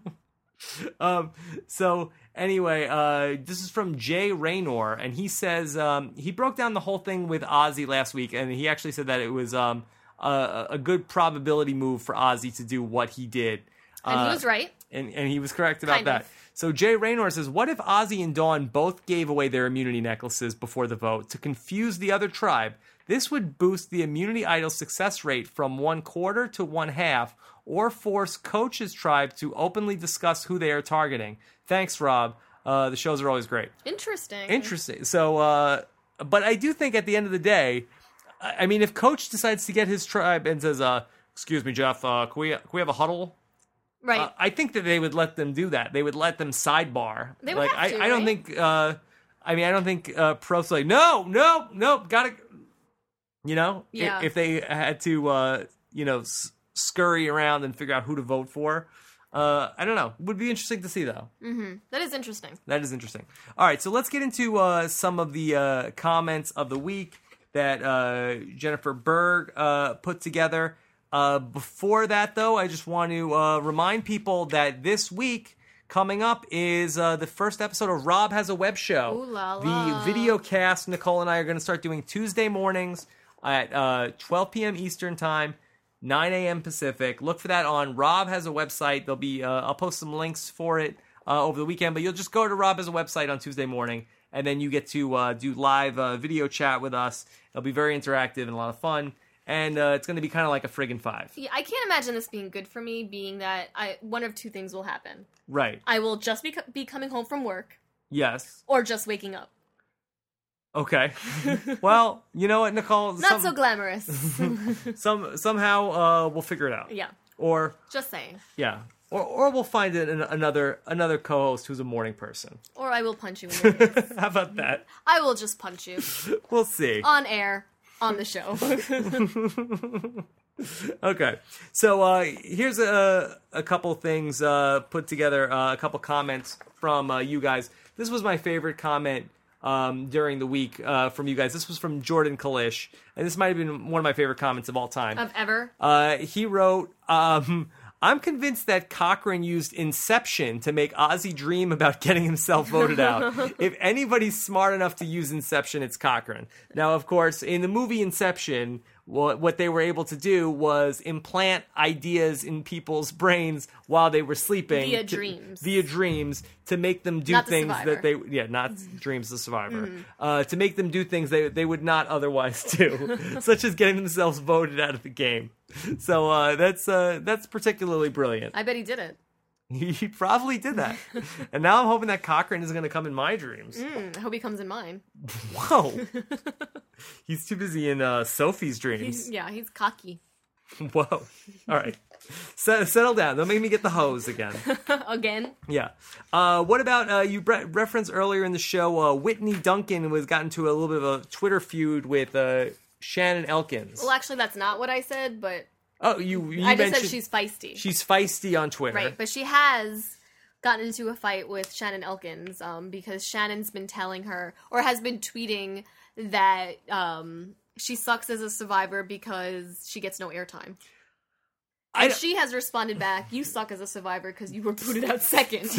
Speaker 1: um, so anyway, uh, this is from Jay Raynor, and he says um, he broke down the whole thing with Ozzy last week, and he actually said that it was um, a, a good probability move for Ozzy to do what he did.
Speaker 2: And
Speaker 1: Uh,
Speaker 2: he was right.
Speaker 1: and, and he was correct about
Speaker 2: Kind
Speaker 1: that.
Speaker 2: of.
Speaker 1: So Jay Raynor says, "What if Ozzy and Dawn both gave away their immunity necklaces before the vote to confuse the other tribe? This would boost the immunity idol success rate from one quarter to one half, or force Coach's tribe to openly discuss who they are targeting." Thanks, Rob. Uh, the shows are always great.
Speaker 2: Interesting.
Speaker 1: Interesting. So, uh, but I do think at the end of the day, I I mean, if Coach decides to get his tribe and says, uh, "Excuse me, Jeff, uh, can we can we have a huddle?"
Speaker 2: right.
Speaker 1: Uh, I think that they would let them do that. They would let them sidebar.
Speaker 2: They would
Speaker 1: like
Speaker 2: have to,
Speaker 1: I, I don't
Speaker 2: right?
Speaker 1: think. Uh, I mean, I don't think uh, profs like no, no, no. Got to. You know, i-
Speaker 2: Yeah.
Speaker 1: if, they had to, uh, you know, s- scurry around and figure out who to vote for. Uh, I don't know. Would be interesting to see though.
Speaker 2: that is interesting.
Speaker 1: That is interesting. All right, so let's get into uh, some of the uh, comments of the week that uh, Jennifer Berg uh, put together. Uh, before that, though, I just want to uh, remind people that this week coming up is uh, the first episode of Rob Has a Web Show.
Speaker 2: Ooh la
Speaker 1: The
Speaker 2: la.
Speaker 1: video cast Nicole and I are going to start doing Tuesday mornings at uh, 12 p.m. Eastern Time. 9 a.m. Pacific. Look for that on Rob has a website. There'll be uh, I'll post some links for it uh, over the weekend, but you'll just go to Rob has a website on Tuesday morning, and then you get to uh, do live uh, video chat with us. It'll be very interactive and a lot of fun, and uh, it's going to be kind of like a friggin' five,
Speaker 2: Yeah, I can't imagine this being good for me, being that I one of two things will happen.
Speaker 1: right?
Speaker 2: I will just be, co- be coming home from work
Speaker 1: Yes.
Speaker 2: or just waking up.
Speaker 1: Okay. well, you know what, Nicole?
Speaker 2: Not
Speaker 1: some,
Speaker 2: so glamorous.
Speaker 1: some somehow uh, we'll figure it out.
Speaker 2: yeah,
Speaker 1: Or
Speaker 2: just saying.
Speaker 1: yeah. Or, or we'll find an, another another co-host who's a morning person.
Speaker 2: Or I will punch you in the face.
Speaker 1: How about that?
Speaker 2: I will just punch you
Speaker 1: We'll see.
Speaker 2: on air on the show.
Speaker 1: Okay, so uh, here's a a couple things uh, put together, uh, a couple comments from uh, you guys. This was my favorite comment um, during the week uh, from you guys. This was from Jordan Kalish, and this might have been one of my favorite comments of all time.
Speaker 2: of ever.
Speaker 1: Uh, he wrote, um, "I'm convinced that Cochran used Inception to make Ozzy dream about getting himself voted out. if anybody's smart enough to use Inception, it's Cochran." Now, of course, in the movie Inception, what, what they were able to do was implant ideas in people's brains while they were sleeping
Speaker 2: Via
Speaker 1: to-
Speaker 2: dreams.
Speaker 1: via dreams to make them do
Speaker 2: Not the
Speaker 1: things that
Speaker 2: survivor.
Speaker 1: they yeah not dreams the survivor uh, to make them do things they they would not otherwise do such as getting themselves voted out of the game so uh, that's uh, that's particularly brilliant
Speaker 2: I bet he did it.
Speaker 1: he probably did that and now i'm hoping that cochrane is going to come in my dreams
Speaker 2: Mm, I hope he comes in mine.
Speaker 1: whoa he's too busy in uh, sophie's dreams
Speaker 2: Yeah, he's cocky.
Speaker 1: whoa all right Se- settle down don't make me get the hose again
Speaker 2: Again.
Speaker 1: Yeah. Uh, what about uh, you bre- referenced earlier in the show? Uh, Whitney Duncan was got into a little bit of a Twitter feud with uh, Shannon Elkins.
Speaker 2: Well, actually, that's not what I said, but
Speaker 1: oh, you, you
Speaker 2: I just
Speaker 1: mentioned
Speaker 2: said she's feisty.
Speaker 1: she's feisty on Twitter.
Speaker 2: Right, but she has gotten into a fight with Shannon Elkins um, because Shannon's been telling her or has been tweeting that um, she sucks as a survivor because she gets no airtime.
Speaker 1: I
Speaker 2: And
Speaker 1: d-
Speaker 2: she has responded back, "You suck as a survivor because you were booted out second.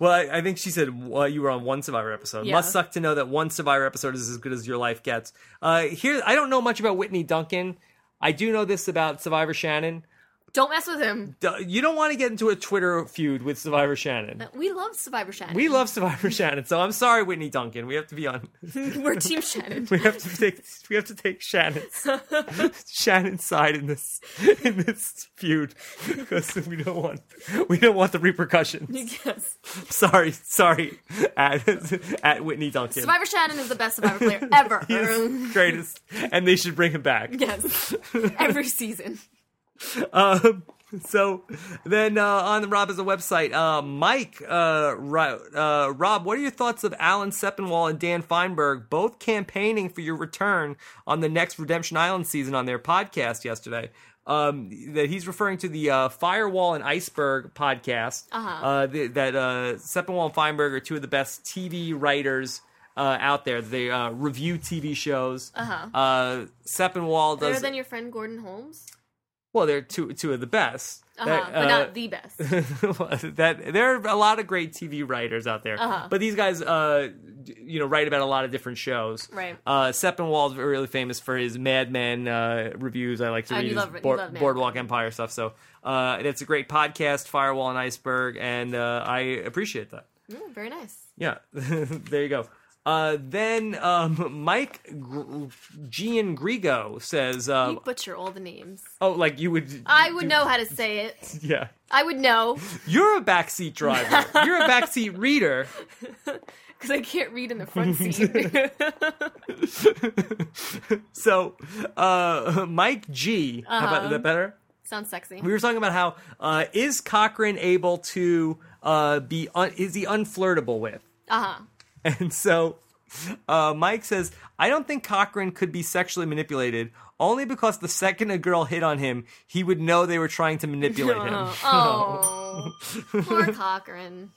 Speaker 1: well, I, I think she said well, you were on one Survivor episode.
Speaker 2: Yeah.
Speaker 1: Must suck to know that one Survivor episode is as good as your life gets. Uh, here, I don't know much about Whitney Duncan. I do know this about Survivor Shannon.
Speaker 2: Don't mess with him.
Speaker 1: D- You don't want to get into a Twitter feud with Survivor Shannon.
Speaker 2: We love Survivor Shannon.
Speaker 1: We love Survivor Shannon, so I'm sorry, Whitney Duncan. We have to be on.
Speaker 2: we're Team Shannon.
Speaker 1: We have to take we have to take Shannon's Shannon's side in this in this feud because we don't want we don't want the repercussions.
Speaker 2: yes,
Speaker 1: Sorry, sorry, at at Whitney Duncan.
Speaker 2: Survivor Shannon is the best Survivor player ever.
Speaker 1: He is greatest, and they should bring him back.
Speaker 2: yes, every season.
Speaker 1: Um, so then uh, on the Rob is a website. Uh, Mike, uh, Ro- uh, Rob, what are your thoughts of Alan Sepinwall and Dan Feinberg both campaigning for your return on the next Redemption Island season on their podcast yesterday? Um, that he's referring to the uh, Firewall and Iceberg podcast.
Speaker 2: Uh-huh.
Speaker 1: Uh, th- that uh, Sepinwall and Feinberg are two of the best TV writers. Uh, out there, they uh, review TV shows. Uh-huh. Uh, Sepinwall does
Speaker 2: Better than your friend Gordon Holmes,
Speaker 1: well, they're two two of the best.
Speaker 2: uh-huh,
Speaker 1: That,
Speaker 2: but not the best.
Speaker 1: uh, that there are a lot of great TV writers out there,
Speaker 2: Uh-huh.
Speaker 1: but these guys, uh, d- you know, write about a lot of different shows.
Speaker 2: Right.
Speaker 1: Uh, Seppenwall is really famous for his Mad Men uh, reviews. I like to
Speaker 2: And
Speaker 1: read
Speaker 2: Oh, you
Speaker 1: his
Speaker 2: love- you
Speaker 1: Board-
Speaker 2: love Mad
Speaker 1: Boardwalk Empire stuff. So uh, it's a great podcast, Firewall and Iceberg, and uh, I appreciate that.
Speaker 2: Mm, very nice.
Speaker 1: Yeah, there you go. Uh, then um, Mike Gr- Gian Grigo says, uh,
Speaker 2: you Uh, butcher all the names.
Speaker 1: "Oh, like you would."
Speaker 2: I would
Speaker 1: you-
Speaker 2: know how to say it.
Speaker 1: Yeah,
Speaker 2: I would know
Speaker 1: you're a backseat driver. you're a backseat reader.
Speaker 2: because I can't read in the front seat.
Speaker 1: so, uh, Mike G. How about is that better?
Speaker 2: Sounds sexy.
Speaker 1: We were talking about how uh, is Cochrane able to uh, be? Un- is he unflirtable with?
Speaker 2: Uh huh.
Speaker 1: And so uh, Mike says, I don't think Cochran could be sexually manipulated only because the second a girl hit on him, he would know they were trying to manipulate him.
Speaker 2: Oh, poor Cochran.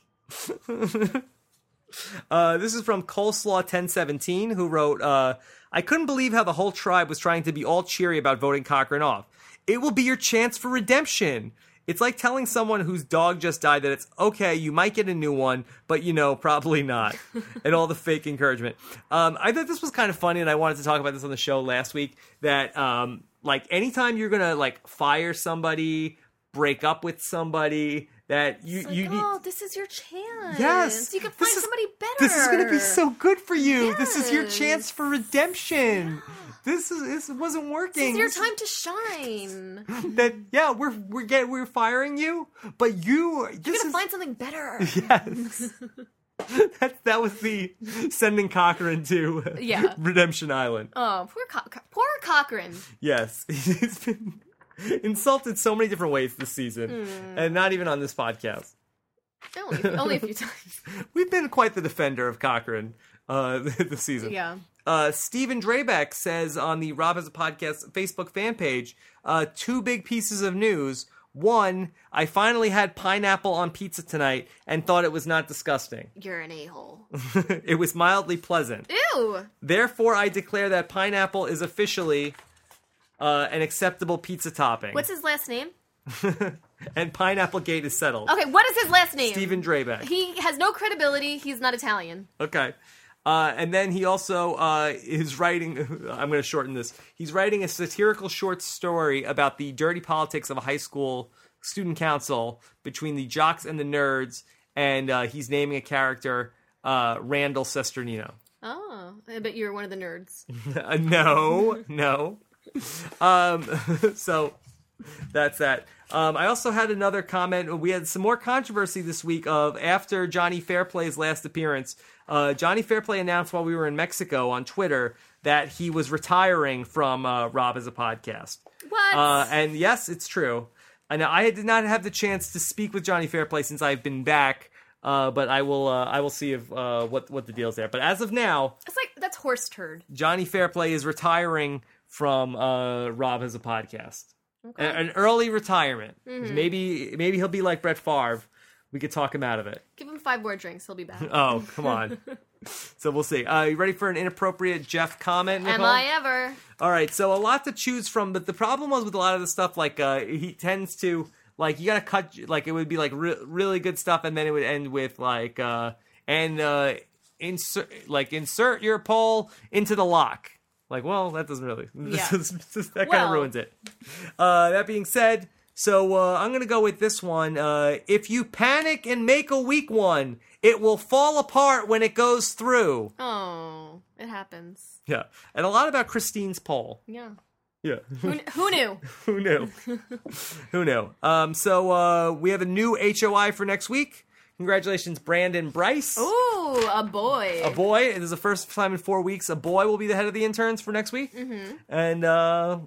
Speaker 1: Uh, this is from Coleslaw 1017, who wrote, uh, I couldn't believe how the whole tribe was trying to be all cheery about voting Cochran off. It will be your chance for redemption. It's like telling someone whose dog just died that it's okay, you might get a new one, but you know, probably not. and all the fake encouragement. Um, I thought this was kind of funny, and I wanted to talk about this on the show last week that, um, like, anytime you're going to, like, fire somebody, break up with somebody, that you,
Speaker 2: It's like,
Speaker 1: you need.
Speaker 2: oh, this is your chance.
Speaker 1: Yes,
Speaker 2: you can
Speaker 1: this
Speaker 2: find
Speaker 1: is-
Speaker 2: somebody better.
Speaker 1: This is going to be so good for you. This is your
Speaker 2: Yes.
Speaker 1: chance for redemption. This is this wasn't
Speaker 2: This
Speaker 1: working.
Speaker 2: is your time to shine. You're
Speaker 1: That yeah, we're we're get we're firing you, but you this
Speaker 2: gonna
Speaker 1: is
Speaker 2: find something better.
Speaker 1: yes. that that was the sending Cochrane to
Speaker 2: Yeah.
Speaker 1: Redemption Island.
Speaker 2: Oh, poor Co- Co- poor Cochran.
Speaker 1: Yes, he's been insulted so many different ways this season,
Speaker 2: Hmm.
Speaker 1: and not even on this podcast.
Speaker 2: Only, only a few times.
Speaker 1: We've been quite the defender of Cochrane uh, this season.
Speaker 2: Yeah.
Speaker 1: Uh, Steven Drabeck says on the Rob has a podcast Facebook fan page, uh, two big pieces of news. One, I finally had pineapple on pizza tonight and thought it was not disgusting.
Speaker 2: You're an a hole.
Speaker 1: it was mildly pleasant.
Speaker 2: Ew.
Speaker 1: Therefore, I declare that pineapple is officially uh, an acceptable pizza topping.
Speaker 2: What's his last name?
Speaker 1: and pineapple gate is settled.
Speaker 2: Okay, what is his last name?
Speaker 1: Steven Drabeck.
Speaker 2: He has no credibility. He's not Italian.
Speaker 1: Okay. Uh, and then he also uh, is writing. I'm going to shorten this. He's writing a satirical short story about the dirty politics of a high school student council between the jocks and the nerds. And uh, he's naming a character uh, Randall Sesternino.
Speaker 2: Oh, I bet you're one of the nerds.
Speaker 1: Uh, no, no. Um, so that's that. Um, I also had another comment. We had some more controversy this week of after Johnny Fairplay's last appearance. Uh, Johnny Fairplay announced while we were in Mexico on Twitter that he was retiring from uh, Rob as a podcast.
Speaker 2: What?
Speaker 1: Uh, and yes, it's true. And I did not have the chance to speak with Johnny Fairplay since I've been back. Uh, but I will. Uh, I will see if uh, what what the deal's there. But as of now,
Speaker 2: it's like that's horse turd.
Speaker 1: Johnny Fairplay is retiring from uh, Rob as a podcast. A- An early retirement.
Speaker 2: Mm-hmm.
Speaker 1: Maybe maybe he'll be like Brett Favre. We could talk him out of it.
Speaker 2: Give him five more drinks. He'll be back.
Speaker 1: Oh, come on. so we'll see. Uh, you ready for an inappropriate Jeff comment?
Speaker 2: Am
Speaker 1: Nicole?
Speaker 2: I ever?
Speaker 1: All right, so a lot to choose from, but the problem was with a lot of the stuff, like uh, he tends to like you gotta cut like it would be like re- really good stuff, and then it would end with like uh, and uh, insert like insert your pole into the lock. Like, well, that doesn't really
Speaker 2: Yeah.
Speaker 1: that kind of
Speaker 2: Well-
Speaker 1: ruins it. Uh, that being said, so uh, I'm gonna go with this one. Uh, if you panic and make a weak one, it will fall apart when it goes through.
Speaker 2: Oh, it happens.
Speaker 1: Yeah, and a lot about Christine's pole.
Speaker 2: Yeah.
Speaker 1: Yeah.
Speaker 2: Who, kn- who knew?
Speaker 1: Who knew? Who knew? Um, so uh, we have a new HOI for next week. Congratulations, Brandon Bryce.
Speaker 2: Ooh, a boy.
Speaker 1: A boy. This is the first time in four weeks. A boy will be the head of the interns for next week. Mm-hmm. And uh,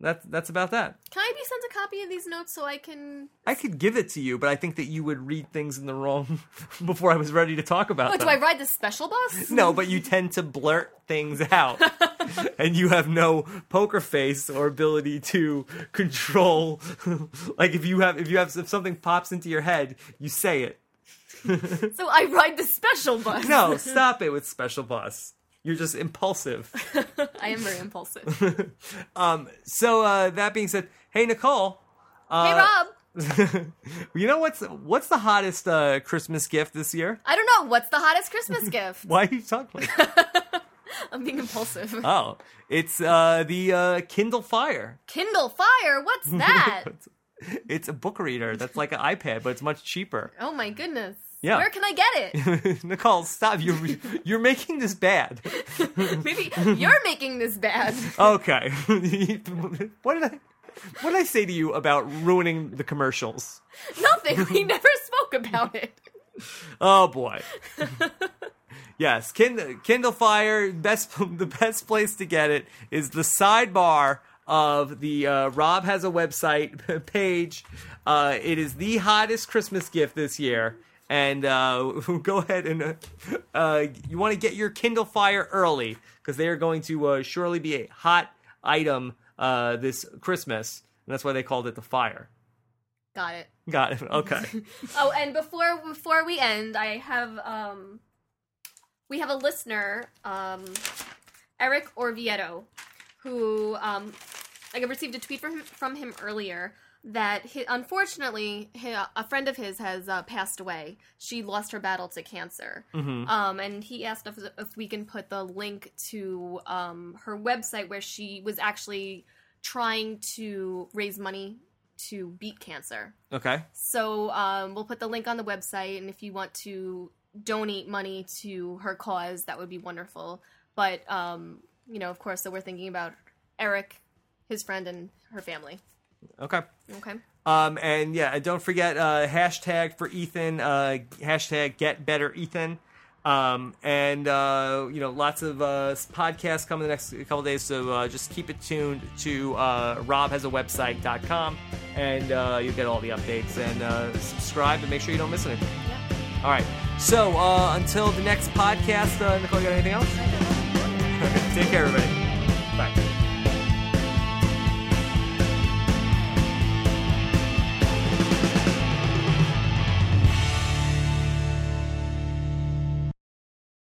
Speaker 1: that, that's about that.
Speaker 2: Can I be sent a copy of these notes so I can?
Speaker 1: I could give it to you, but I think that you would read things in the wrong before I was ready to talk about
Speaker 2: Oh,
Speaker 1: them.
Speaker 2: do I ride the special bus?
Speaker 1: No, but you tend to blurt things out. and you have no poker face or ability to control like if you have if you have if something pops into your head, you say it.
Speaker 2: So I ride the special bus.
Speaker 1: No, stop it with special boss. You're just impulsive.
Speaker 2: I am very impulsive. hey,
Speaker 1: So uh that being said, hey Nicole,
Speaker 2: Rob.
Speaker 1: you know what's what's the hottest uh Christmas gift this year?
Speaker 2: I don't know what's the hottest Christmas gift.
Speaker 1: Why are you talking like that?
Speaker 2: I'm being impulsive.
Speaker 1: Oh, it's uh the uh Kindle Fire.
Speaker 2: Kindle Fire. What's that?
Speaker 1: It's a book reader that's like an iPad, but it's much cheaper.
Speaker 2: Oh my goodness.
Speaker 1: Yeah.
Speaker 2: Where can I get it?
Speaker 1: Nicole, stop! You're you're making this bad.
Speaker 2: Maybe you're making this bad.
Speaker 1: Okay, what did I what did I say to you about ruining the commercials?
Speaker 2: Nothing. We never spoke about it.
Speaker 1: Oh boy. yes, Kindle, Kindle Fire. Best the best place to get it is the sidebar of the uh, Rob has a website page. Uh, it is the hottest Christmas gift this year. And uh, go ahead and uh, uh, you want to get your Kindle Fire early because they are going to uh, surely be a hot item uh, this Christmas, and that's why they called it the Fire.
Speaker 2: Got it.
Speaker 1: Got it? Okay.
Speaker 2: Oh, and before before we end, I have um, we have a listener, um, Eric Orvieto, who um, I received a tweet from him, from him earlier that he, unfortunately he, a friend of his has uh, passed away. She lost her battle to cancer, um, and he asked if, if we can put the link to um, her website where she was actually trying to raise money to beat cancer.
Speaker 1: okay.
Speaker 2: So um, we'll put the link on the website, and if you want to donate money to her cause, that would be wonderful. But um, you know, of course, so we're thinking about Eric, his friend, and her family.
Speaker 1: Okay.
Speaker 2: Okay.
Speaker 1: Um, and yeah, don't forget uh, hashtag for Ethan, uh, hashtag get better Ethan. Um, and uh, you know, lots of uh, podcasts coming the next couple days, so uh, just keep it tuned to uh, robhasawebsite.com and uh, you'll get all the updates and uh, subscribe and make sure you don't miss anything. All right, so uh, until the next podcast, uh, Nicole, you got anything else? Take care, everybody.